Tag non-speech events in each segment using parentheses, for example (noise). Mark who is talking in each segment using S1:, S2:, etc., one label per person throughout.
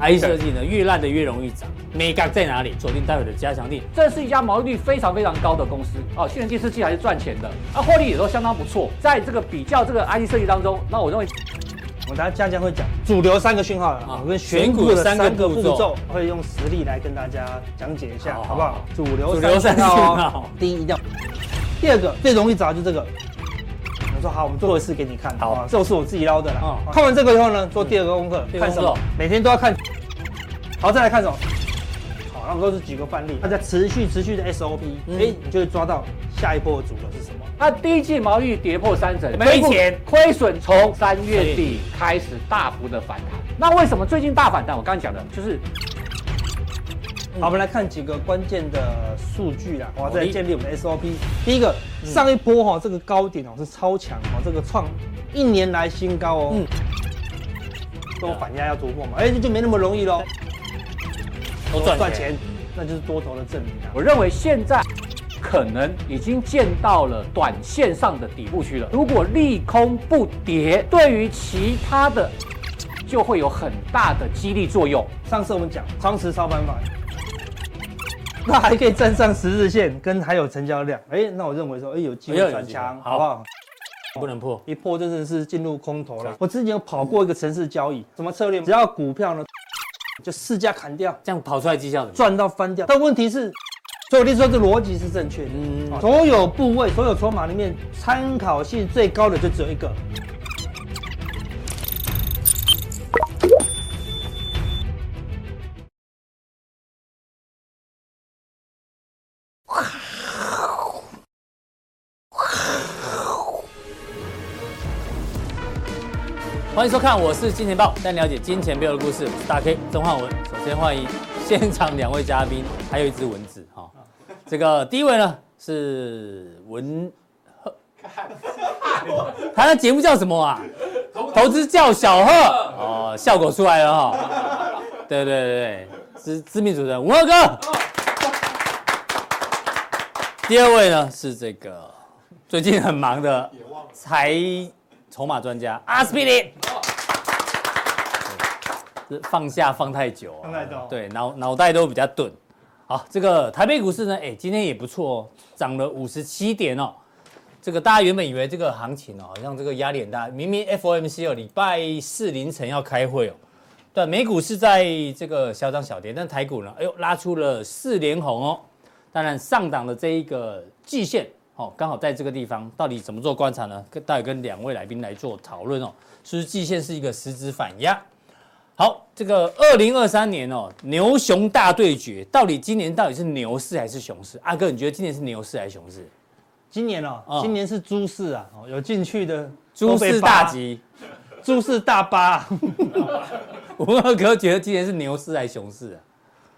S1: I 设计呢，越烂的越容易涨。美感在哪里？锁定待会的加强力。
S2: 这是一家毛利率非常非常高的公司哦，去年第四季还是赚钱的，啊，获利也都相当不错。在这个比较这个 IT 设计当中，那我认为
S3: 我们大家下将会讲主流三个讯号了
S1: 啊
S3: 啊，跟选股的
S1: 选股的三个
S3: 三个
S1: 步
S3: 步
S1: 骤
S3: 骤，会用实例来跟大家讲解一下，
S1: 好
S3: 好不好？主流
S1: 主流三个
S3: 个
S1: 讯
S3: 讯
S1: 号
S3: 号，第一一定要，第二个最容易找就这个。我说好，我们做一次给你看，
S1: 好
S3: 好不好，这是我自己捞的啦
S1: 哦。
S3: 看完这个以后呢，做第二个功课
S1: 嗯第，二个功
S3: 看
S1: 课
S3: 什么？每天都要看。好，再来看什么？好，那我们都是举个范例，大家持续持续的 SOP，
S1: 嗯
S3: 哎，你就会抓到下一波的主流是什么。
S2: 它第一季毛利率跌破三成，
S1: 亏钱
S2: 亏损从三月底开始大幅的反弹。那为什么最近大反弹？我刚刚讲的就是
S3: 好，我们来看几个关键的数据啦，
S1: 嗯
S3: 哇，
S1: 好嗯
S3: 再来
S1: 的
S3: 建立我们的 SOP。第一个，上一波哈、这个高点哦是超强哦，这个创一年来新高哦，
S1: 嗯
S3: 嗯，都反压要突破嘛，哎、就没那么容易喽，
S1: 都赚钱
S3: 那就是多头的证明啊。
S2: 我认为现在可能已经见到了短线上的底部区了。如果利空不跌，对于其他的就会有很大的激励作用。
S3: 上次我们讲双十超板法，那还可以站上十日线，跟还有成交量，哎、那我认为说，哎、有机
S1: 哎呦有
S3: 会转
S1: 机会
S3: 强，
S1: 好
S3: 好不好？
S1: 不能破。
S3: 一破真的是进入空头
S1: 是
S3: 了。我之前有跑过一个城市交易，什么策略？只要股票呢，就市价砍掉，
S1: 这样跑出来绩效怎么样？
S3: 赚到翻掉。但问题是，所以我就说这逻辑是正确的。
S1: 嗯
S3: 哦所有部位、所有筹码里面，参考性最高的就只有一个。
S1: 欢迎收看，我是金钱豹，带你了解金钱背后的故事。我是大 K 曾焕文。首先欢迎现场两位嘉宾，还有一只蚊子哈、这个第一位呢是文，他的节目叫什么啊？投资叫小贺哦，效果出来了哈、对对对对，知知名主持人文赫哥。第二位呢是这个最近很忙的财筹码专家阿斯匹林。是放下放太久、啊，
S3: 放太久
S1: 对脑脑袋都比较钝。好，这个台北股市呢，哎，今天也不错哦，涨了五十七点哦。这个大家原本以为这个行情哦，好像这个压力很大，明明 FOMC 哦，礼拜四凌晨要开会哦。对，美股是在这个小涨小跌，但台股呢，哎呦，拉出了四连红哦。当然，上档的这一个季线哦，刚好在这个地方，到底怎么做观察呢？跟待会跟两位来宾来做讨论哦，是不是季线是一个实质反压？好，这个二零二三年哦，牛熊大对决，到底今年到底是牛市还是熊市？阿哥，你觉得今年是牛市还是熊市？
S3: 今年哦，
S1: 哦
S3: 今年是猪市啊，哦有进去的
S1: 诸
S3: 都被
S1: 事
S3: 扒
S1: 大，吉，
S3: 猪市大巴。
S1: 文二哥觉得今年是牛市还是熊市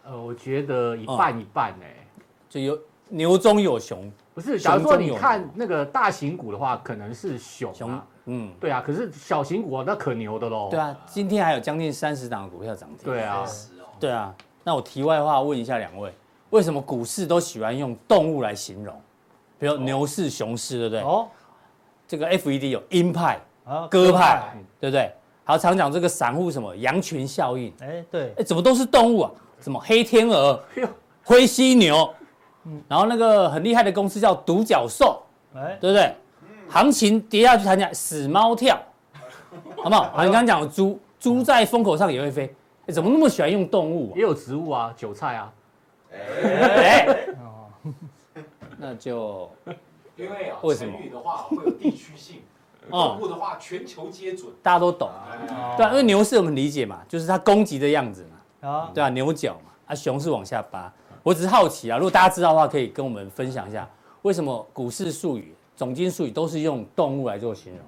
S1: 啊？
S2: 呃，我觉得一
S1: 半
S2: 一半哎、
S1: 就有牛中有熊，
S2: 不是，
S1: 假
S2: 假
S1: 如
S2: 如
S1: 说
S2: 说
S1: 你
S2: 你
S1: 看
S2: 看那个大型股的话，可能是熊、啊，
S1: 熊嗯，
S2: 对啊，可是小型股、啊那可牛的喽。
S1: 对啊，今天还有将近三十档的股票涨停。
S2: 对啊，
S1: 对啊，那我题外话问一下两位，为什么股市都喜欢用动物来形容？比如牛市、熊市，对不对？
S3: 哦，
S1: 这个 FED 有鹰派、
S3: 啊
S1: 鸽派，，对不对？还有常讲这个散户什么羊群效应，
S3: 哎，对，
S1: 哎，怎么都是动物啊？什么黑天鹅、灰犀牛，然后那个很厉害的公司叫独角兽，
S3: 哎，
S1: 对不对？行情跌下去谈起来，死猫跳，好不好？啊，你刚刚讲的猪，猪在风口上也会飞，哎怎么那么喜欢用动物啊
S2: 也？有植物啊，韭菜啊，
S1: 哎， (laughs) 那就
S4: 因为啊，
S1: 为什么
S4: 成语的话会有地区性，
S1: (laughs)
S4: 动
S1: 哦，
S4: 物的话全球皆准。哎
S1: 大家都懂，对啊，因为牛是我们理解嘛，就是它攻击的样子嘛，
S3: 啊，
S1: 对啊，牛角嘛，啊，熊是往下扒。我只是好奇啊，如果大家知道的话，可以跟我们分享一下，为什么股市术语、总经术语都是用动物来做形容？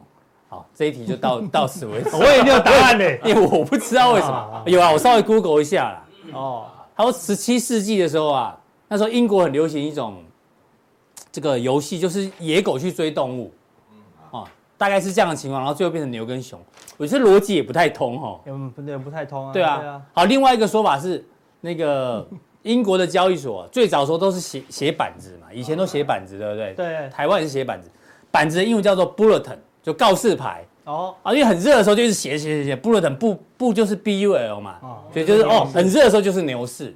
S1: 好，这一题就到到此为止，
S3: 我也没有答案呢。
S1: 因为我不知道为什
S3: 啊
S1: 么。有啊，我稍微 Google 一下啦。
S3: (laughs) 哦，
S1: 他说十七世纪的时候啊，那时候英国很流行一种这个游戏，就是野狗去追动物，哦，大概是这样的情况，然后最后变成牛跟熊，我觉得逻辑也不太通哦。
S3: 嗯，不对，不太通啊。
S1: 对啊，，好，另外一个说法是那个英国的交易所啊、最早的时候都是写写板子嘛，以前都写板子，对不对？
S3: 对
S1: 台湾也是写板子，板子的英文叫做 bulletin，就告示牌。
S3: 哦，
S1: 啊，因为很热的时候就是斜斜斜斜，布了等布布就是 BUL 嘛，
S3: 哦
S1: 所以就是哦，很热的时候就是牛市，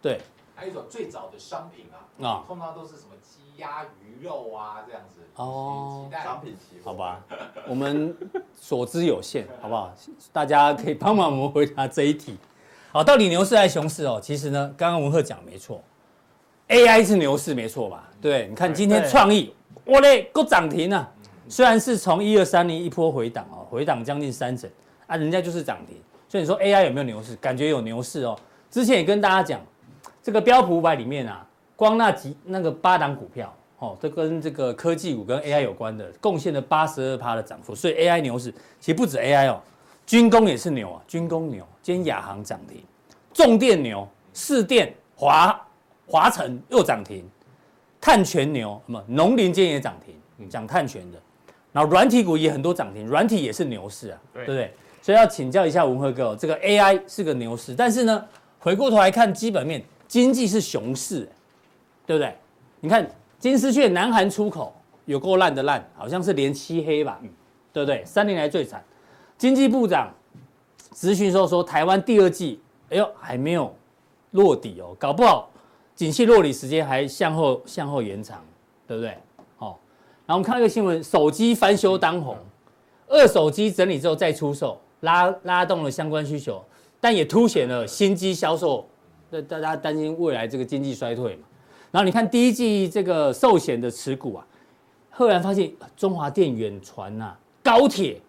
S1: 对，
S4: 还有一种最早的商品啊，
S1: 啊
S4: 通常都是什么鸡鸭鱼肉啊这样子，
S1: 哦
S4: 鸡蛋
S5: 商品期货
S1: 好吧，我们所知有限，好不好？大家可以帮忙我们回答这一题。好，到底牛市还是熊市哦？其实呢，刚刚文赫讲没错，AI 是牛市没错吧？对，你看今天
S3: 对
S1: 创意，哇嘞，够涨停啊！虽然是从一二三零一波回档哦，回档将近三成啊，人家就是涨停。所以你说 AI 有没有牛市？感觉有牛市哦。之前也跟大家讲，这个标普五百里面啊，光那几那个八档股票，哦，这跟这个科技股跟 AI 有关的，贡献了八十二趴的涨幅，所以 AI 牛市其实不止 AI 哦，军工也是牛啊，军工牛，今天亚航涨停，重电牛，市电华华晨又涨停，碳权牛，什么农林今天也涨停，讲碳权的，然后软体股也很多涨停，软体也是牛市啊，
S5: 对
S1: 对不对？所以要请教一下文辉哥、哦，这个 AI 是个牛市，但是呢，回过头来看基本面，经济是熊市、哎对不对？你看金丝雀南韩出口有够烂的烂，好像是连漆黑吧，对不对？三年来最惨。经济部长咨询时候说，台湾第二季，哎呦还没有落底哦，搞不好景气落底时间还向后向后延长，对不对？好、哦，然后我们看到一个新闻，手机翻修当红，二手机整理之后再出售，拉拉动了相关需求，但也凸显了新机销售，那大家担心未来这个经济衰退嘛。然后你看第一季这个寿险的持股啊，赫然发现呃中华电、远传呐、啊高铁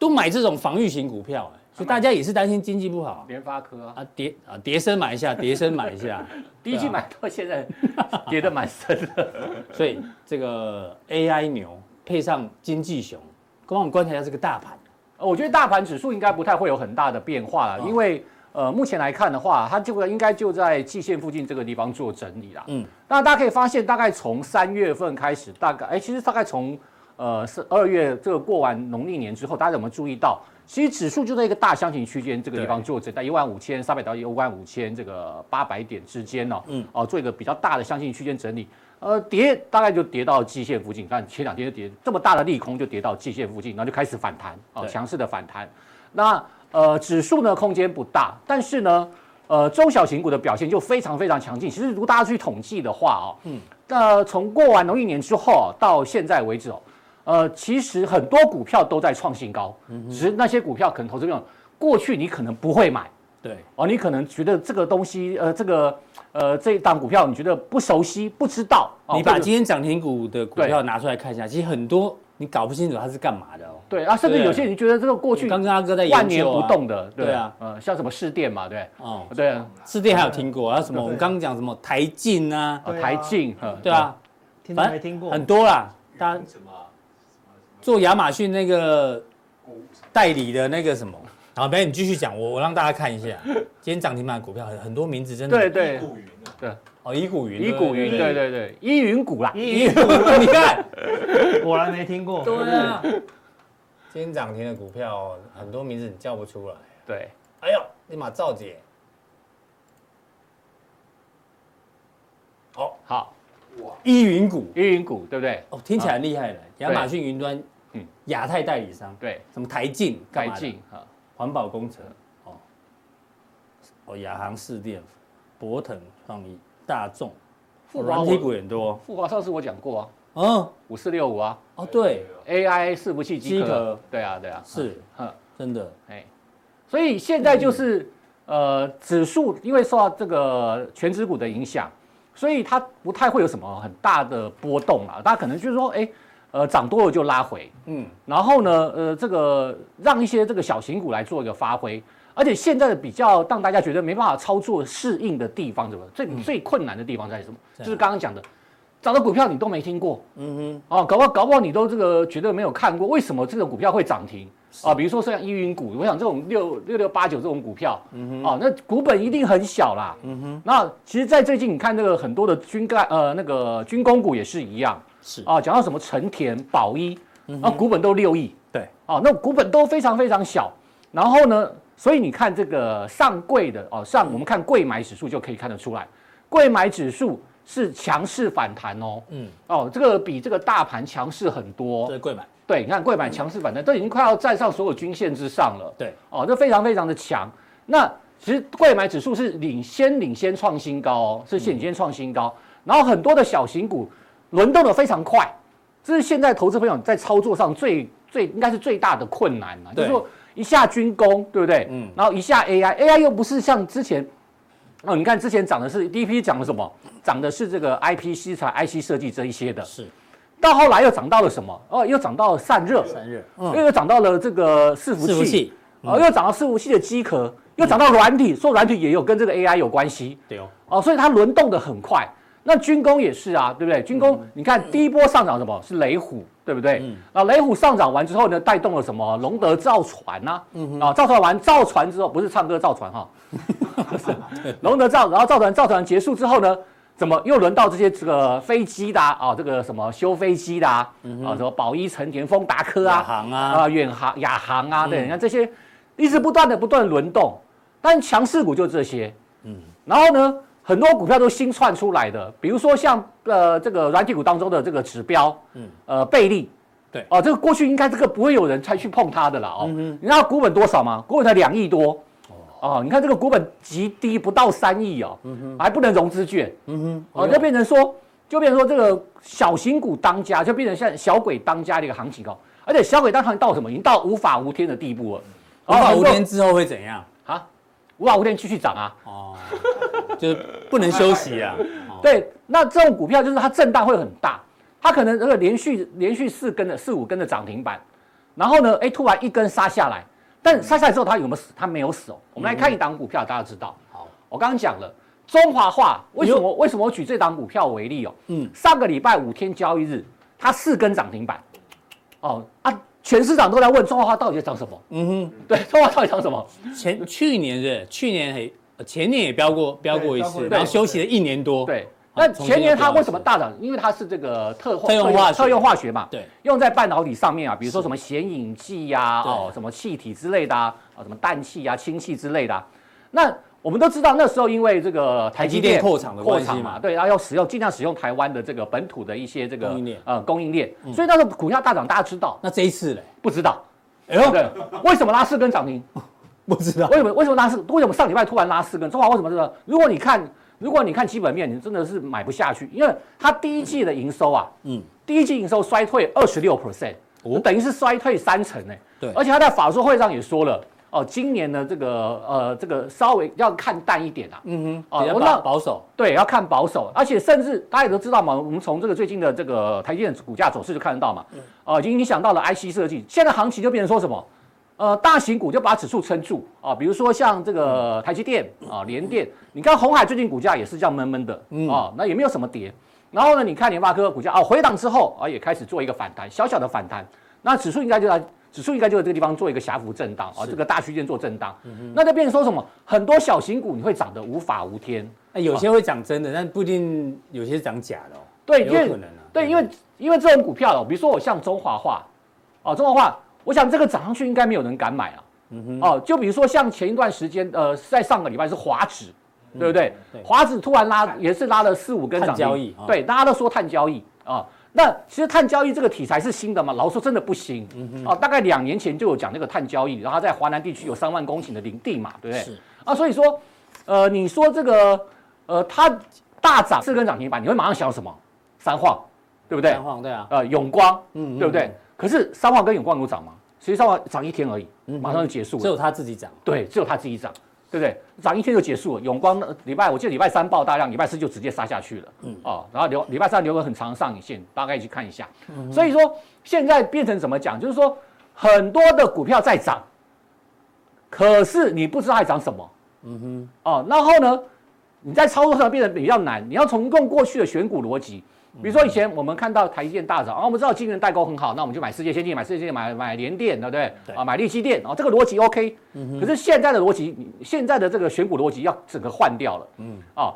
S1: 都买这种防御型股票、哎所以大家也是担心经济不好
S2: 联发科啊，
S1: 啊，跌啊跌升买一下，跌升买一下，
S2: 第一季买到现在 (laughs) 跌得蛮深 (laughs) 的。
S1: 所以这个 AI 牛配上经济熊，帮我们观察一下这个大盘。
S2: 呃我觉得大盘指数应该不太会有很大的变化啦，因为呃，目前来看的话，它这个应该就在季线附近这个地方做整理啦。
S1: 嗯
S2: 嗯，那大家可以发现，大概从三月份开始，大概哎，其实大概从呃是二月这个过完农历年之后，大家有没有注意到？其实指数就在一个大箱型区间这个地方做整，在一万五千三百到一万五千这个八百点之间哦，嗯，哦，做一个比较大的箱型区间整理。呃，跌大概就跌到季线附近，但前两天就跌这么大的利空就跌到季线附近，然后就开始反弹哦，
S1: 对
S2: 强势的反弹。那呃，指数呢空间不大，但是呢，呃，中小型股的表现就非常非常强劲。其实如果大家去统计的话哦，嗯，那从过完农历年之后哦到现在为止哦，呃，其实很多股票都在创新高，
S1: 嗯
S2: 只是那些股票可能投资者过去你可能不会买。
S1: 对，
S2: 哦，你可能觉得这个东西，呃，这个，呃，这一档股票你觉得不熟悉、不知道，哦
S1: 你
S2: 或
S1: 把
S2: 者
S1: 今天涨停股的股票拿出来看一下，其实很多你搞不清楚它是干嘛的哦。
S2: 对啊，甚至
S1: 对
S2: 有些人觉得这个过去
S1: 我刚跟阿哥在研究啊
S2: 万年不动的，
S1: 对啊，
S2: 呃，像什么市电嘛，对，
S1: 哦，
S2: 对啊，
S1: 是电还有听过，还有什么？
S3: 对
S1: 我们刚刚讲什么台进啊，
S3: 对啊
S2: 台进，呃
S1: 对，啊，
S3: 听都
S1: 反
S3: 没
S1: 正
S3: 听过，
S1: 很多啦。大家
S4: 什么啊什么什么
S1: 做亚马逊那个代理的那个什么，好，没有你继续讲，我我让大家看一下，今天涨停板的股票很很多名字真的
S2: 对对
S4: 一，股云啊，
S1: 哦，依股云，
S2: 一股云，对对对，依云股啦，
S1: 依股 (laughs) 云，你看。
S3: 果然没听过。
S1: (laughs) 对啊，今天涨停的股票哦很多名字你叫不出来。
S2: 对，
S1: 哎呦，立马赵姐，
S2: 好，
S1: 依云股
S2: 依云股，对不对？
S1: 哦，听起来很厉害的，亚马逊云端，嗯
S2: 嗯，
S1: 亚太代理商，
S2: 对，
S1: 什么台进，干
S2: 台
S1: 嘛的，
S2: 进，啊，
S1: 环保工程，哦，哦，亚航市电，博腾创意，大众，哦
S2: 富华
S1: 软体
S2: 我
S1: 股也很多，
S2: 富华上次我讲过啊，
S1: 哦
S2: 五四六五啊
S1: 哦对，
S2: ，AI 伺服器机
S1: 机壳
S2: 壳，对啊对啊，
S1: 是
S2: 嗯。
S1: 真的，
S2: 哎，所以现在就是、呃，指数因为受到这个全指股的影响，所以它不太会有什么很大的波动啦。大家可能就是说，哎，呃，涨多了就拉回，
S1: 嗯，
S2: 然后呢，呃，这个让一些这个小型股来做一个发挥。而且现在的比较让大家觉得没办法操作适应的地方，怎么最、最困难的地方在什么？就是刚刚讲的，涨的股票你都没听过，
S1: 嗯
S2: 哦，搞不好搞不好你都这个觉得没有看过，为什么这种股票会涨停啊？比如说像依云股，我想这种六六六八九这种股票，哦，那股本一定很小啦。那其实，在最近你看这个很多的军干呃那个军工股也是一样，
S1: 是
S2: 啊，讲到什么成田、宝一，啊，股本都六亿，
S1: 对，
S2: 哦，那股本都非常非常小。然后呢，所以你看这个上柜的哦，上我们看柜买指数就可以看得出来，柜买指数是强势反弹哦，
S1: 嗯
S2: 嗯，哦，这个比这个大盘强势很
S1: 哼，
S2: 多哦，
S1: 这贵买，
S2: 对，你看贵买强势反弹，都已经快要站上所有均线之上了。
S1: 对，
S2: 哦，这非常非常的强。那其实贵买指数是领先领先创新高哦，
S1: 嗯
S2: 是领先创新高。然后很多的小型股轮动的非常快，这是现在投资朋友在操作上最最应该是最大的困难啊嘛，就
S1: 对
S2: 是说一下军工，对不对？
S1: 嗯
S2: 嗯，然后一下 AI，AI 又不是像之前。哦，你看之前涨的是第一批涨的什么？涨的是这个 IP 西材、IC 设计这一些的，
S1: 是
S2: 到后来又涨到了什么？哦，又涨到了散热，
S1: 散热，
S2: 又
S1: 嗯，
S2: 又涨到了这个伺服
S1: 伺服
S2: 器
S1: 器，，
S2: 哦，又涨到伺服器的机壳，又涨到软体，说软体也有跟这个 AI 有关系
S1: 嗯对哦，
S2: 哦，所以它轮动的很快。那军工也是啊，对不对？军工你看第一波上涨什么是雷虎，对不对
S1: 嗯？
S2: 那雷虎上涨完之后呢，带动了什么龙德造船呐？
S1: 嗯
S2: 啊，造船完造船之后不是唱歌造
S1: (laughs)
S2: 船哈， (laughs) 龙德造，然后造船造船结束之后呢，怎么又轮到这些这个飞机的啊，啊这个什么修飞机的啊，
S1: 嗯
S2: 啊什么宝一、成田、丰达科
S1: 亚
S2: 啊，
S1: 航
S2: 啊、
S1: 啊，
S2: 远航、亚航啊，对，你看这些一直不断的不断地轮动，但强势股就这些，嗯，然后呢，很多股票都新窜出来的，比如说像呃这个软体股当中的这个指标，嗯，呃贝利。
S1: 对嗯
S2: 哦，这个过去应该这个不会有人再去碰它的啦哦。你知道股本多少吗？股本才两亿多，哦，你看这个股本极低，不到三亿哦，
S1: 嗯
S2: 还不能融资券，嗯哼，哦，就变成说，就变成说这个小型股当家，就变成像小鬼当家的一个行情哦，而且小鬼当行情到什么？已经到无法无天的地步了，
S1: 无法无天
S2: 哦
S1: 之后会怎样？
S2: 很多啊，无法无天继续涨啊，
S1: 哦，就是不能休息啊，哦
S2: 对，那这种股票就是它震荡会很大，它可能这个连续连续四根的四五根的涨停板，然后呢，哎，突然一根杀下来，但杀下来之后它有没有死？它没有死哦。我们来看一档股票，大家知道。
S1: 好，
S2: 我刚刚讲了中华化，为什
S1: 哎
S2: 么为什么我举这档股票为例哦？
S1: 嗯，
S2: 上个礼拜五天交易日，它四根涨停板，哦啊，全市场都在问中华化到底在涨什么？
S1: 嗯
S2: 对，中华到底涨什么？
S1: 哼，前去年是不是去年还呃前年也飙过飙过一
S3: 飙过
S1: 次，
S3: 一次
S1: 然后休息了一年多，
S2: 对，
S1: 哦好
S2: 那前年它为什么大涨？因为它是这个特化
S1: 特用化学
S2: 特用化学嘛，
S1: 对
S2: 用在半导体上面啊，比如说
S1: 是
S2: 什么显影剂呀、
S1: 对
S2: 哦，什么气体之类的啊，啊，什么氮气啊、氢气之类的啊、那我们都知道，那时候因为这个台积
S1: 积电
S2: 电
S1: 扩厂的关系嘛
S2: 嘛，对，然后要使用尽量使用台湾的这个本土的一些这个
S1: 供应链嗯
S2: 呃供应链，所以那时候股价大涨，大家知道
S1: 那这一次嘞，
S2: 不知道？
S1: 哎呦，
S2: 对，为什么拉四根涨停？
S1: 不知道
S2: 为，什么为什么拉四？为什么上礼拜突然拉四根？中华为什么这个？如果你看如果你看基本面，你真的是买不下去，因为它第一季的营收啊，
S1: 嗯，
S2: 第一季营收衰退二十六 percent，
S1: 哦
S2: 等于是衰退三成呢、
S1: 对
S2: 而且他在法说会上也说了，哦，今年的这个呃这个稍微要看淡一点啊，
S1: 嗯哼，
S2: 哦
S1: 比较
S2: 我
S1: 保
S2: 那
S1: 保守，
S2: 对，要看保守，而且甚至大家也都知道嘛，我们从这个最近的这个台积电股价走势就看得到嘛，哦、已经影响到了 IC 设计，现在行情就变成说什么？呃，大型股就把指数撑住啊，比如说像这个台积电啊、联电，你看红海最近股价也是这样闷闷的啊，那也没有什么跌。然后呢，你看联发科股价啊回档之后啊，也开始做一个反弹，小小的反弹。那指数应该就在指数应该就在这个地方做一个狭幅震荡啊，这个大区间做震荡。那就变成说什么？很多小型股你会涨得无法无天。
S1: 哎，有些会讲真的，但不一定有些讲假的哦，
S2: 对，因
S1: 有
S2: 为
S1: 可能啊，
S2: 对，因为因为这种股票哦，比如说我像中华化，哦，中华化，我想这个涨上去应该没有人敢买啊。
S1: 嗯
S2: 哦，就比如说像前一段时间，呃，在上个礼拜是华指，对不对
S1: 嗯对？
S2: 华指突然拉，也是拉了四五根
S1: 碳
S2: 涨停
S1: 交易啊
S2: 对，大家都说碳交易啊。那其实碳交易这个题材是新的吗？老实说真的不新
S1: 嗯
S2: 哦、大概两年前就有讲那个碳交易，然后在华南地区有三万公顷的林地嘛，对不对？
S1: 是
S2: 啊，所以说，呃，你说这个，呃，它大涨四根涨停板，你会马上想到什么？三晃，对不对？
S1: 三晃对啊，
S2: 呃，永光，
S1: 嗯嗯
S2: 对不对？可是三晃跟永光有涨吗？其实三晃涨一天而已，
S1: 嗯
S2: 马上就结束
S1: 只
S2: 了。
S1: 有他自己涨，
S2: 对，只有它自己涨，对不对？涨一天就结束了。永光呃礼拜我记得礼拜三爆大量，礼拜四就直接杀下去了。嗯，哦，然后留礼拜三留个很长的上影线，大概去看一下。所以说现在变成怎么讲？就是说很多的股票在涨，可是你不知道它涨什么。嗯哼，哦，然后呢，你在操作上变得比较难，你要重用过去的选股逻辑。比如说以前我们看到台积电大涨，啊，我们知道晶圆代工很好，那我们就买世界先进，买世界先进，买买联电，对不对？
S1: 对
S2: 啊，买力积电，啊，这个逻辑 OK。可嗯是现在的逻辑，你现在的这个选股逻辑要整个换掉了。嗯，啊，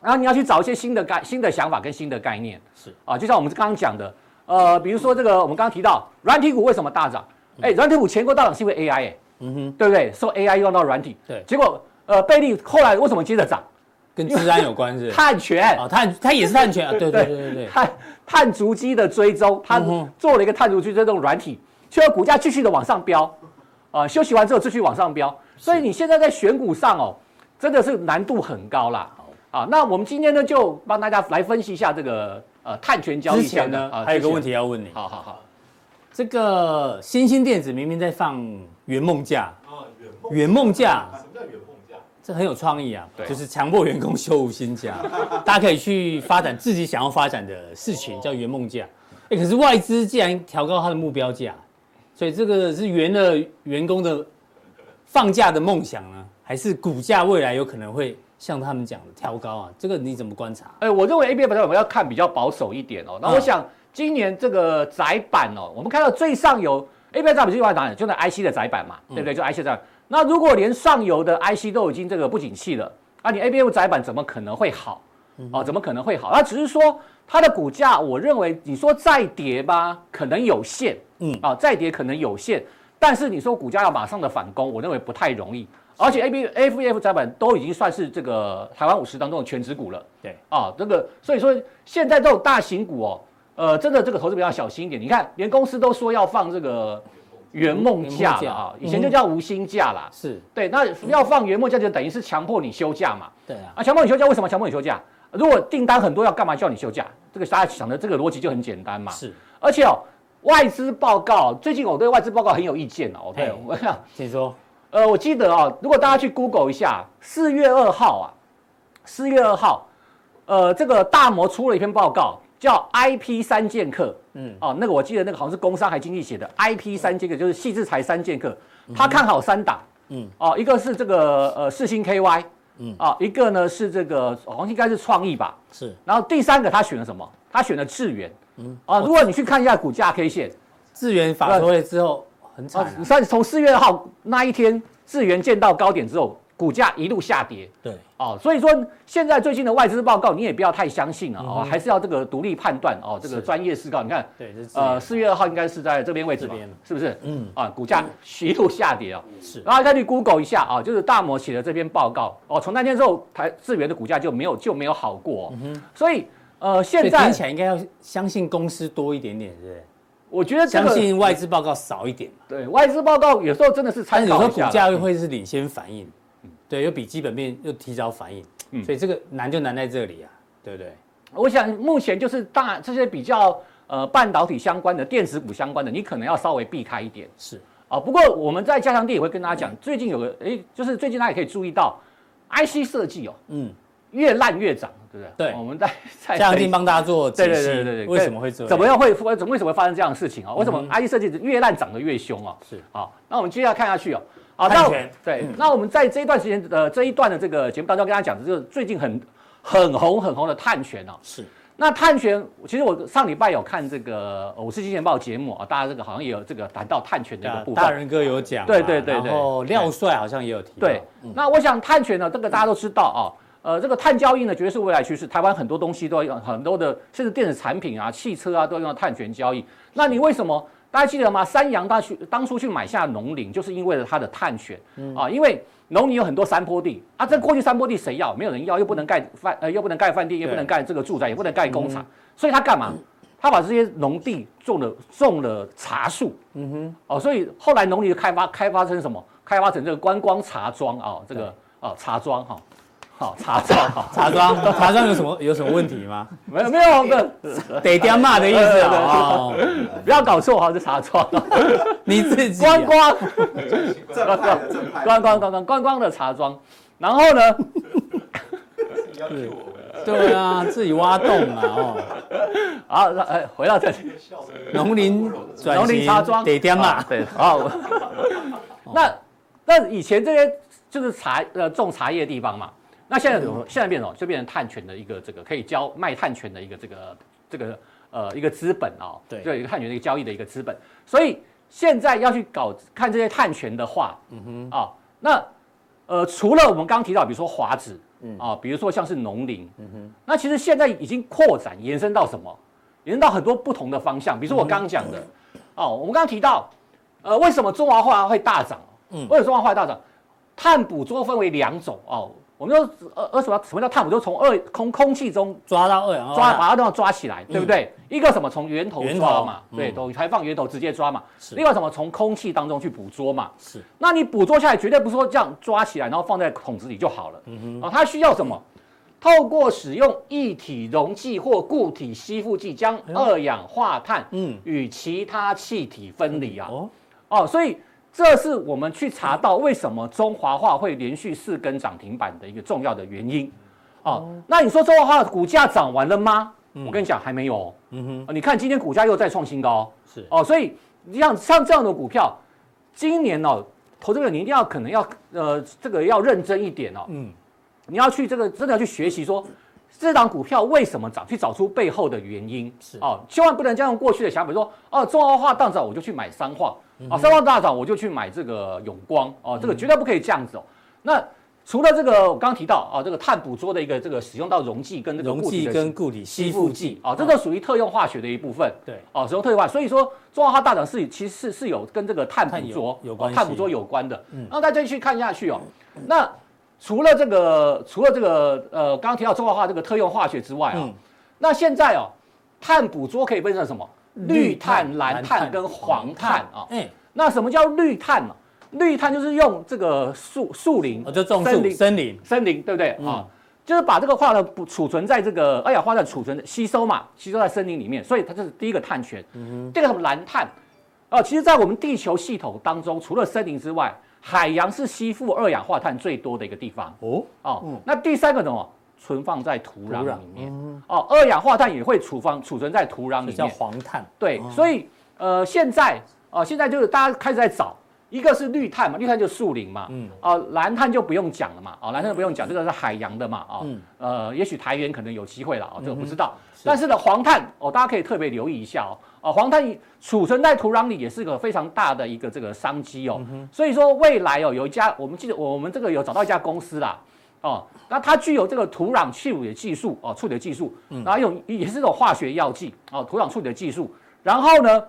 S2: 然后你要去找一些新的概、新的想法跟新的概念。
S1: 是
S2: 啊，就像我们刚刚讲的，呃，比如说这个我们刚刚提到软体股为什么大涨？哎，软体股前波大涨是因为 AI，哎，
S1: 嗯哼，
S2: 对不对？受 AI 用到软体。
S1: 对
S2: 结果呃，贝利后来为什么接着涨？
S1: (laughs) 跟治安有关是不是哦
S2: 碳权。
S1: 啊，碳他也是碳权啊，对对对对对，
S2: 碳碳足迹的追踪，它
S1: 嗯哼
S2: 做了一个碳足迹追踪软体，结果股价继续的往上飙，啊，休息完之后继续往上飙，所以你现在在选股上哦，真的是难度很高啦。啊，那我们今天呢就帮大家来分析一下这个呃碳权交易
S1: 之前呢
S2: 的啊，
S1: 还有一个
S2: 之前
S1: 问题要问你，
S2: 好好好，
S1: 这个新兴电子明明在放圆梦假，
S4: 啊，圆梦
S1: 圆梦假
S4: 什么叫圆梦
S1: (laughs)
S4: 价？
S1: 这很有创意啊，
S2: 对
S1: 就是强迫员工休无薪假， (laughs) 大家可以去发展自己想要发展的事情，叫圆梦假。哎，可是外资既然调高它的目标价，所以这个是圆了员工的放假的梦想呢，还是股价未来有可能会像他们讲的调高啊？这个你怎么观察？
S2: 哎，我认为 A B F 我们要看比较保守一点哦。那我
S1: 嗯
S2: 想今年这个窄板哦，我们看到最上游 A B F 窄板就在哪里？就在 I C 的窄板嘛，对不对？就 I C 窄板。那如果连上游的 I C 都已经这个不景气了，啊，你 A B F 窄板怎么可能会好？哦，怎么可能会好？那只是说它的股价，我认为你说再跌吧，可能有限，
S1: 嗯
S2: 嗯，啊，再跌可能有限，但是你说股价要马上的反攻，我认为不太容易。而且 A B F F 窄板都已经算是这个台湾五十当中的全职股了。
S1: 对
S2: 啊，这个所以说现在这种大型股哦，呃，真的这个投资比较小心一点。你看，连公司都说要放这个圆梦假了啊，
S1: 圆梦假
S2: 以前就叫无薪假啦。
S1: 是，
S2: 对，那要放圆梦假就等于是强迫你休假嘛。
S1: 对啊，
S2: 啊，强迫你休假，为什么强迫你休假？如果订单很多，要干嘛叫你休假？这个大家想的这个逻辑就很简单嘛。
S1: 是，
S2: 而且哦，外资报告最近我对外资报告很有意见哦。对
S1: 嘿，
S2: 我想
S1: 请说。
S2: 呃，我记得啊、如果大家去 Google 一下，四月二号啊，四月二号，呃，这个大摩出了一篇报告，叫《IP 三剑客》。
S1: 嗯
S2: 嗯，哦，那个我记得那个好像是工商还经济写的《IP 三剑客》，就是细制裁三剑客，他看好三档。
S1: 嗯
S2: 嗯，哦，一个是这个呃世星 KY，
S1: 嗯
S2: 嗯，啊、一个呢是这个好像应该是创意吧，
S1: 是，
S2: 然后第三个他选了什么？他选了智源。嗯，啊、如果你去看一下股价 K 线，
S1: 智源法说会之后很惨
S2: 啊
S1: 啊、，
S2: 你算从四月二号那一天，智源见到高点之后，股价一路下跌
S1: 对，
S2: 哦，所以说现在最近的外资报告你也不要太相信了哦，还是要这个独立判断哦，这
S1: 嗯
S2: 个
S1: 是
S2: 专业思考。你看，
S1: 对，这是资源
S2: 呃，四月二号应该是在这边位置吧
S1: 这边，
S2: 是不是？
S1: 嗯
S2: 嗯，啊，股价一路下跌哦。
S1: 是
S2: 然后再去 Google 一下啊，就是大摩写的这篇报告哦，从那天之后，台智源的股价就没有就没有好过、哦，所以呃，
S1: 嗯
S2: 现
S1: 所以
S2: 在
S1: 听起来应该要相信公司多一点点，对不对？
S2: 我觉得这
S1: 相
S2: 个
S1: 信外资报告少一点嘛，
S2: 对外资报告有时候真的是
S1: 但
S2: 参
S1: 是有
S2: 考
S1: 时候
S2: 一下啦嗯
S1: 股价又会是领先反应，对，又比基本面又提早反应，所以这个难就难在这里啊，对不对？
S2: 我想目前就是大这些比较呃半导体相关的、电子股相关的，你可能要稍微避开一点
S1: 是，
S2: 啊。不过我们在加强地也会跟大家讲，最近有个诶，就是最近大家也可以注意到，IC 设计哦，
S1: 嗯，
S2: 越烂越涨，对不对？
S1: 对
S2: 我
S1: (laughs)
S2: 们在在
S1: 嘉定帮大家做解
S2: 哎对
S1: 析，
S2: 对对对对，
S1: 为什么会这样？嗯
S2: 怎么样会会怎么为什么会发生这样的事情啊？为什么 IC 设计越烂涨得越凶啊？
S1: 是嗯
S2: 好，那我们接下来看下去哦。好，
S1: 碳
S2: 那我
S1: 权
S2: 对，那我们在这一段时间呃这一段的这个节目当中跟大家讲，就是最近很很红很红的碳权哦。
S1: 是
S2: 那碳权，其实我上礼拜有看这个呃《我是金钱豹》节目啊，大家这个好像也有这个谈到碳权的一个
S1: 大
S2: 部
S1: 啊大
S2: 分。
S1: 人哥有讲嘛，
S2: 对对对
S1: 然
S2: 对
S1: 后廖帅好像也有提到，
S2: 对，嗯那我想碳权呢，这个大家都知道啊，呃，这个碳交易呢，绝对是未来趋势。台湾很多东西都要用，很多的甚至电子产品啊、汽车啊，都要用到碳权交易。那你为什么？大家记得吗？三洋他去当初去买下农林，就是因为了它的碳权、
S1: 嗯
S2: 啊，因为农林有很多山坡地啊，这过去山坡地谁要？没有人要，又不能盖饭，呃，又不能盖饭店，也不能盖这个住宅，也不能盖工
S1: 嗯
S2: 厂，所以他干嘛？他把这些农地种了种了茶树，嗯哼，哦，所以后来农地开发开发成什么？开发成这个观光茶庄啊、这个啊、茶庄哈，好、茶庄哈， (laughs)
S1: 茶庄 (laughs) 茶庄有什么有什么问题吗？
S2: 没有没有没有，
S1: 得掉骂的意思啊，哦
S2: 不要搞错哈，这茶庄
S1: 你自己啊
S2: 观光
S4: 正派的正派的，
S2: 观光观光观光的茶庄，然后呢，
S4: 你要 Q 我们，
S1: 对啊，自己挖洞啊，哦。
S2: (laughs) 啊，呃，回到这里，
S4: 笑死人
S1: 农林转型
S2: 农林茶庄
S1: 得点嘛
S2: 啊，对，好。 (laughs) 那那以前这些就是茶呃种茶叶的地方嘛，那现在怎么现在变成什么就变成碳权的一个这个可以交卖碳权的一个这个这个呃一个资本啊、哦，
S1: 对
S2: 就有一个碳权的一个交易的一个资本，所以现在要去搞看这些碳权的话，嗯哼，啊、那呃除了我们刚刚提到，比如说华子，嗯啊、比如说像是农林，嗯哼，那其实现在已经扩展延伸到什么？延伸到很多不同的方向，比如说我刚刚讲的，哦，我们刚刚提到，呃，为什么中华化会大涨？嗯，为什么中华化大涨？碳捕捉分为两种哦，我们说二二什么什么叫 TOP，就从二空空气中
S1: 抓到二哦氧
S2: 抓
S1: 化
S2: 把
S1: 碳，
S2: 它都要抓起来，对不对？一个什么从源头
S1: 嗯源
S2: 抓
S1: 头
S2: 嘛，
S1: 嗯
S2: 对，都排放源头直接抓嘛。
S1: 是
S2: 另外什么从空气当中去捕捉嘛。
S1: 是
S2: 那你捕捉下来绝对不是说这样抓起来然后放在桶子里就好了。
S1: 嗯
S2: 啊，它需要什么？透过使用液体溶剂或固体吸附剂，将
S1: 哎呦
S2: 二氧化碳
S1: 嗯
S2: 与其他气体分离啊。
S1: 哦，
S2: 哦，所以这是我们去查到为什么中华化会连续四根涨停板的一个重要的原因。哦，那你说中华化股价涨完了吗？我跟你讲，还没有哦。
S1: 嗯哼，
S2: 哦你看今天股价又再创新高
S1: 是
S2: 哦，所以像像这样的股票，今年哦，投资者你一定要可能要呃这个要认真一点哦，
S1: 嗯，
S2: 你要去这个真的要去学习说。这档股票为什么涨？去找出背后的原因
S1: 是
S2: 哦，千万不能这样用过去的想法说哦，中华化大涨我就去买三化，
S1: 嗯
S2: 啊，三化大涨我就去买这个永光哦，这个绝对不可以这样子哦。那除了这个我刚刚提到啊，这个碳捕捉的一个这个使用到溶剂跟这个
S1: 溶
S2: 固体
S1: 剂
S2: 的
S1: 跟固体吸
S2: 吸
S1: 附
S2: 附
S1: 剂
S2: 剂啊，这个属于特用化学的一部分。
S1: 对，
S2: 哦，使用特用化，所以说中华化大涨是其实是是有跟这个碳
S1: 碳
S2: 捕
S1: 有
S2: 捉
S1: 有
S2: 哦
S1: 关
S2: 碳
S1: 系
S2: 捕捉有关的
S1: 嗯。
S2: 那大家去看下去哦，那除了这个除了这个呃，刚刚提到中华化这个特用化学之外啊
S1: 嗯，
S2: 那现在哦，碳捕捉可以分成什么？绿碳、蓝
S1: 蓝
S2: 碳
S1: 碳
S2: 跟黄碳啊。
S1: 哎，
S2: 那什么叫绿碳呢？绿碳就是用这个树树林
S1: 我，就种
S2: 森
S1: 树
S2: 林
S1: 森林，
S2: 森林，对不对啊、
S1: 嗯
S2: 就是把这个化呢不储存在这个二氧化碳储存吸收嘛，吸收在森林里面，所以它这是第一个碳权。
S1: 嗯
S2: 第二个什么蓝碳啊、其实，在我们地球系统当中，除了森林之外，海洋是吸附二氧化碳最多的一个地方
S1: 哦，
S2: 哦。那第三个什么？存放在土壤
S1: 土壤
S2: 里面哦，二氧化碳也会储放储存在土壤
S1: 这
S2: 里
S1: 叫
S2: 面。
S1: 黄碳，
S2: 对，所以呃，现在啊、呃现在就是大家开始在找，一个是绿碳嘛，绿碳就是树林嘛，
S1: 嗯
S2: 嗯，啊、蓝碳就不用讲了嘛，啊、蓝碳就不用讲，这个是海洋的嘛，啊、
S1: 嗯
S2: 呃，也许台源可能有机会了，啊、这个不知道，但是呢，黄碳哦，大家可以特别留意一下哦，啊、黄碳储存在土壤里也是个非常大的一个这个商机哦，所以说未来哦，有一家我们记得我们这个有找到一家公司啦。哦，那它具有这个土壤去理的技术哦，处理的技术，然后用也是这种化学药剂哦，土壤处理的技术，然后呢，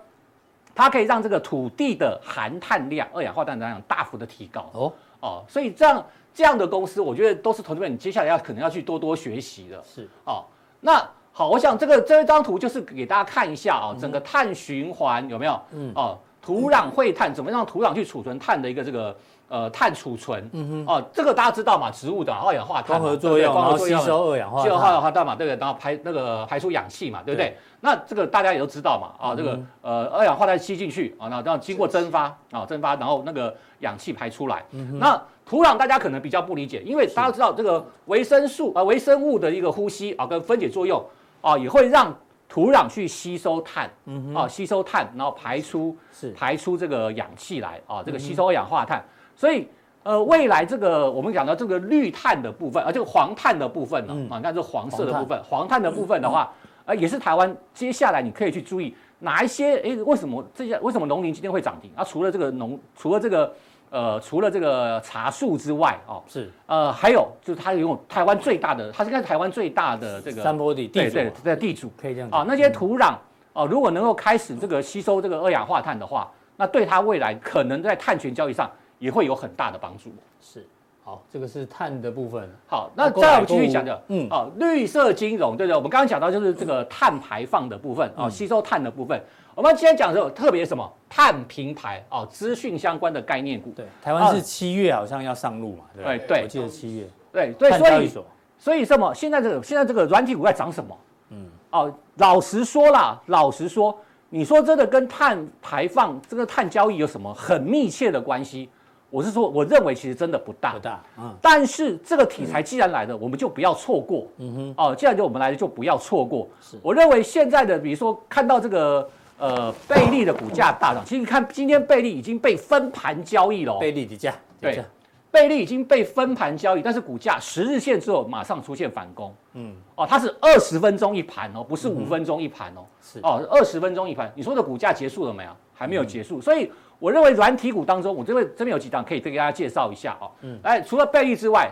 S2: 它可以让这个土地的含碳量、二氧化碳含量大幅的提高
S1: 哦，
S2: 哦，所以这样这样的公司，我觉得都是同志们你接下来要可能要去多多学习的
S1: 是
S2: 哦。那好，我想这个这张图就是给大家看一下啊、哦，
S1: 嗯
S2: 整个碳循环有没有？嗯哦，土壤汇碳怎么让土壤去储存碳的一个这个呃碳储存？嗯哼哦，这个大家知道嘛，植物的二氧化碳
S1: 光
S2: 嘛
S1: 合
S2: 对
S1: 作
S2: 不对
S1: 用，然
S2: 光合
S1: 后
S2: 作
S1: 吸
S2: 用
S1: 收二氧化
S2: 就二
S1: 碳，
S2: 氧化碳嘛，对不对？然后排那个排出氧气嘛，对不对？
S1: 对
S2: 那这个大家也都知道嘛，啊，这个呃二氧化碳吸进去啊，那然后经过蒸发啊，蒸发，然后那个氧气排出来。那土壤大家可能比较不理解，因为大家都知道这个维生素啊、微生物的一个呼吸啊跟分解作用啊，也会让土壤去吸收碳啊，吸收碳，然后排出
S1: 是嗯
S2: 排出这个氧气来啊，这个吸收二氧化碳，所以。呃，未来这个我们讲到这个绿碳的部分，啊，这个黄碳的部分呢、
S1: 嗯
S2: 啊，那是黄色的部分，黄碳的部分的话，呃，也是台湾接下来你可以去注意哪一些，诶，为什么这些为什么农林今天会涨停？啊，除了这个农，除了这个呃，除了这个茶树之外，哦，
S1: 是
S2: 呃，还有就是它拥有台湾最大的，它是应该是台湾最大的这个
S1: 山坡地地
S2: 对
S1: 主啊
S2: 对，在地主
S1: 可以这样
S2: 啊
S1: 讲，，
S2: 那些土壤啊，如果能够开始这个吸收这个二氧化碳的话，那对它未来可能在碳权交易上也会有很大的帮助。
S1: 是好，这个是碳的部分，
S2: 好，那
S1: 啊过来
S2: 再我们继续讲
S1: 过
S2: 讲，
S1: 嗯
S2: 嗯，哦，绿色金融，对不对？我们刚刚讲到就是这个碳排放的部分，
S1: 嗯
S2: 哦，吸收碳的部分。我们今天讲的时候，特别什么碳平台哦，资讯相关的概念股，
S1: 对，台湾是
S2: 啊
S1: 七月好像要上路嘛，对不
S2: 哎
S1: 对？
S2: 对
S1: 我记得七月，
S2: 对对，
S1: 碳
S2: 所
S1: 交易
S2: 以
S1: 所
S2: 所以什么？现在这个现在这个软体股在涨什么？嗯，哦，老实说啦，老实说，你说真的跟碳排放、这个碳交易有什么很密切的关系？我是说，我认为其实真的不大。
S1: 不大，嗯，
S2: 但是这个题材既然来了，我们就不要错过。嗯哼，哦，既然就我们来了，就不要错过。我认为现在的，比如说看到这个呃贝利的股价大涨，其实你看今天贝利已经被分盘交易了哦、
S1: 贝利底价，底
S2: 对
S1: 价，
S2: 贝利已经被分盘交易，但是股价十日线之后马上出现反攻。嗯，哦，它是二十分钟一盘哦，不是五分钟一盘哦。
S1: 嗯是
S2: 哦，二十分钟一盘。你说的股价结束了没有？还没有结
S1: 嗯
S2: 束，所以我认为软体股当中，我这边这边有几档可以再给大家介绍一下哦。嗯，哎，除了贝利之外，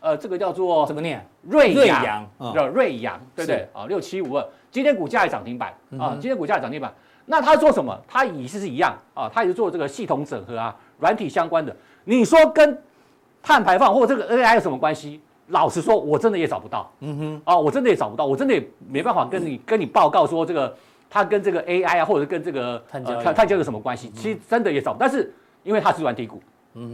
S2: 呃，这个叫做
S1: 怎么念？
S2: 瑞
S1: 瑞
S2: 阳
S1: 阳，嗯
S2: 叫瑞阳，对不对
S1: 是？
S2: 啊，六七五二，今天股价也涨停板啊，今天股价也涨停板。那它做什么？它也是一样啊，它也是做这个系统整合啊，软体相关的。你说跟碳排放或这个 AI 有什么关系？老实说，我真的也找不到。嗯哼，啊，我真的也找不到，我真的也没办法跟你跟你报告说这个它跟这个 AI 啊，或者是跟这个呃
S1: 碳交易
S2: 碳交易有什么关系？其实真的也找不，但是因为它是软体股，嗯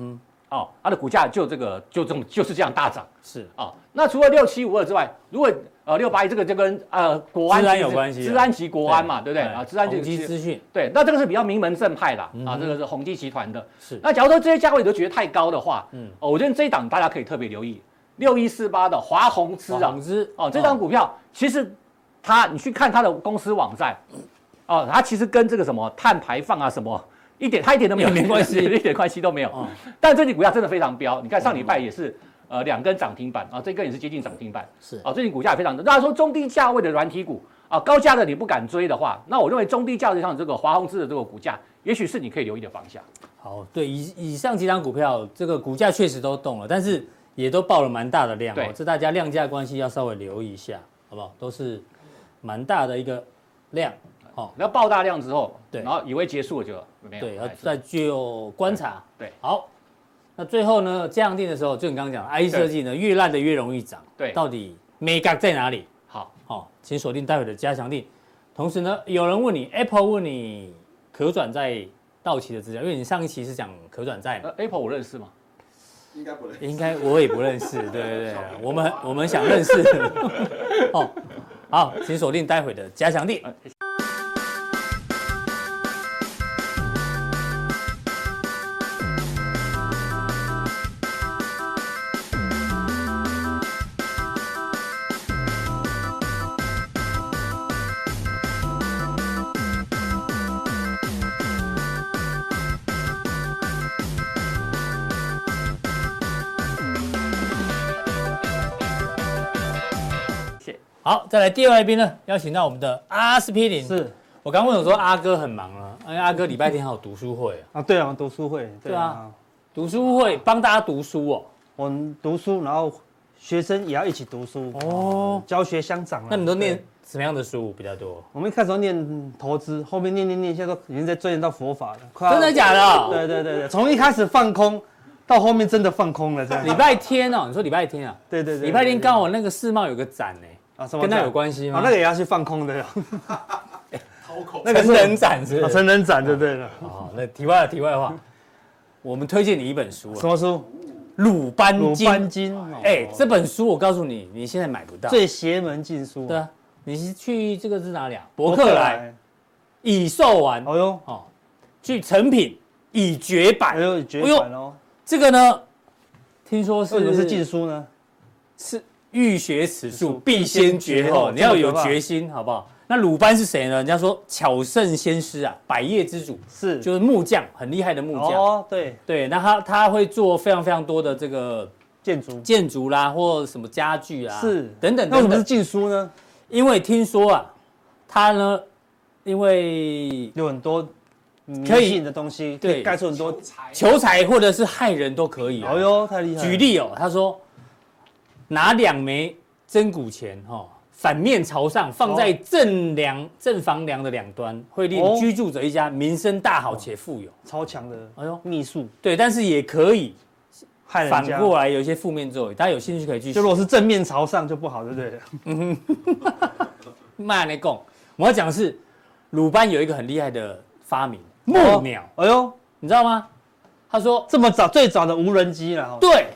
S2: 哼，哦，它的股价就这个就这么就是这样大涨
S1: 是
S2: 啊、那除了六七五二之外，如果呃六八一这个就跟呃国安
S1: 治安
S2: 及
S1: 有关系啊
S2: 治安及国安嘛，对不对啊？治安就
S1: 宏基嗯资讯
S2: 对，那这个是比较名门正派啦，啊，这个是宏基集团的。
S1: 是
S2: 那假如说这些价位你都觉得太高的话，
S1: 嗯
S2: 嗯，哦，我觉得这一档大家可以特别留意，六一四八的华宏资啊
S1: 融，资
S2: 哦，这档股票、其实它你去看它的公司网站，哦，它其实跟这个什么碳排放啊什么。一点，它一点都没有
S1: 一点关系
S2: 一点关系都没有。
S1: 哦
S2: 但这只股票真的非常飙，你看上礼拜也是，呃，两根涨停板啊，这根也是接近涨停板。
S1: 是
S2: 啊，最近股价也非常大家说中低价位的软体股啊，高价的你不敢追的话，那我认为中低价位上这个华宏资的这个股价，也许是你可以留意的方向。
S1: 好，对以以上几档股票，这个股价确实都动了，但是也都爆了蛮大的量哦
S2: 对，
S1: 这大家量价关系要稍微留意一下，好不好？都是蛮大的一个量，哦，
S2: 那爆大量之后，
S1: 对
S2: 然后以为结束了就没有，
S1: 对，要
S2: 还是
S1: 再具有观察。
S2: 对对
S1: 好，那最后呢，降定的时候，就你刚刚讲的，I 设计呢，越烂的越容易涨，
S2: 对
S1: 到底 mega 在哪里？
S2: 好，
S1: 哦，请锁定待会的加强定。同时呢，有人问你，Apple 问你可转债到期的资料，因为你上一期是讲可转债嘛
S2: 那。Apple 呃我认识吗？
S4: 应该不能。
S1: 应该我也不认
S3: (laughs)
S1: 识，对对对，我们我们想认识。哦，好，请锁定待会的加强地。
S3: 哎
S2: 呃谢谢。
S1: 好，再来第二位宾呢，邀请到我们的阿司匹林。
S3: 是
S1: 我刚问我说阿哥很忙啊，因为阿哥礼拜天还有读书会啊，
S3: 啊，对啊，读书会，
S1: 对啊，读书会帮大家读书哦。
S3: 我们读书，然后学生也要一起读书，
S1: 哦，
S3: 教学相长啊
S1: 那你们都念
S3: 对
S1: 什么样的书比较多？
S3: 我们一开始都念投资，后面念念念，现在都已经在钻研到佛法了，快要
S1: 真的假的？
S3: 对对对对，从一开始放空，到后面真的放空了，这样。
S1: 礼拜天哦，你说礼拜天啊？
S3: 对对对，
S1: 礼拜天刚
S3: 好
S1: 好那个世贸有个展呢，
S3: 啊，什么
S1: 跟他
S3: 展
S1: 有关系吗
S3: 啊？那个也要去放空的，
S4: 掏口
S3: 哦那个是
S1: 成人展是不
S3: 啊
S1: 是？
S3: 成人展就对了。
S1: 哦，那题外题外话，我们推荐你一本书啊
S3: 什，么书？
S1: 鲁班
S3: 鲁
S1: 经。
S3: 班经，哦
S1: 哎、这本书我告诉你，你现在买不到。
S3: 最邪门禁书。
S1: 对啊，你是去这个是哪里啊？博
S3: 博
S1: 客
S3: 客
S1: 来、
S3: 来，
S1: 已售完
S3: 哦哟，
S1: 哦，去成品已绝版。
S3: 哎呦，绝版哦。
S1: 这个呢，听说
S3: 为什么
S1: 是
S3: 是禁书呢？
S1: 是欲学此术，
S3: 术
S1: 必先觉后，
S3: 必先觉后
S1: 你要有
S3: 这么可怕
S1: 决心，好不好？那鲁班是谁呢？人家说巧圣先师啊，百业之主，
S3: 是，
S1: 就是木匠，很厉害的木匠。
S3: 哦，对，
S1: 对，那他他会做非常非常多的这个
S3: 建筑
S1: 建筑啦，或什么家具啊，
S3: 是
S1: 等等
S3: 那为什
S1: 等
S3: 么是
S1: 等。
S3: 禁书呢？
S1: 因为听说啊，他呢，因为
S3: 有很多迷
S1: 可以
S3: 信的东西，
S1: 对
S3: 可以盖出很多。
S4: 才
S1: 求财或者是害人都可以、啊。
S3: 哦哟，太厉害了！
S1: 举例哦，他说拿两枚真古钱哈、哦，反面朝上放在正梁、正房梁的两端，会令
S3: 哦
S1: 居住者一家名声大好且富有。
S3: 超强的，
S1: 哎呦
S3: 秘术
S1: 对，但是也可以
S3: 害人
S1: 反
S3: 家。
S1: 过来有一些负面作用，大家有兴趣可以去
S3: 就如果是正面朝上就不好，对不对？
S1: 嗯慢来讲。我要讲的是鲁班有一个很厉害的发明木鸟，
S3: 哦。哎呦，
S1: 你知道吗？他说
S3: 这么早最早的无人机了，哦
S1: 对，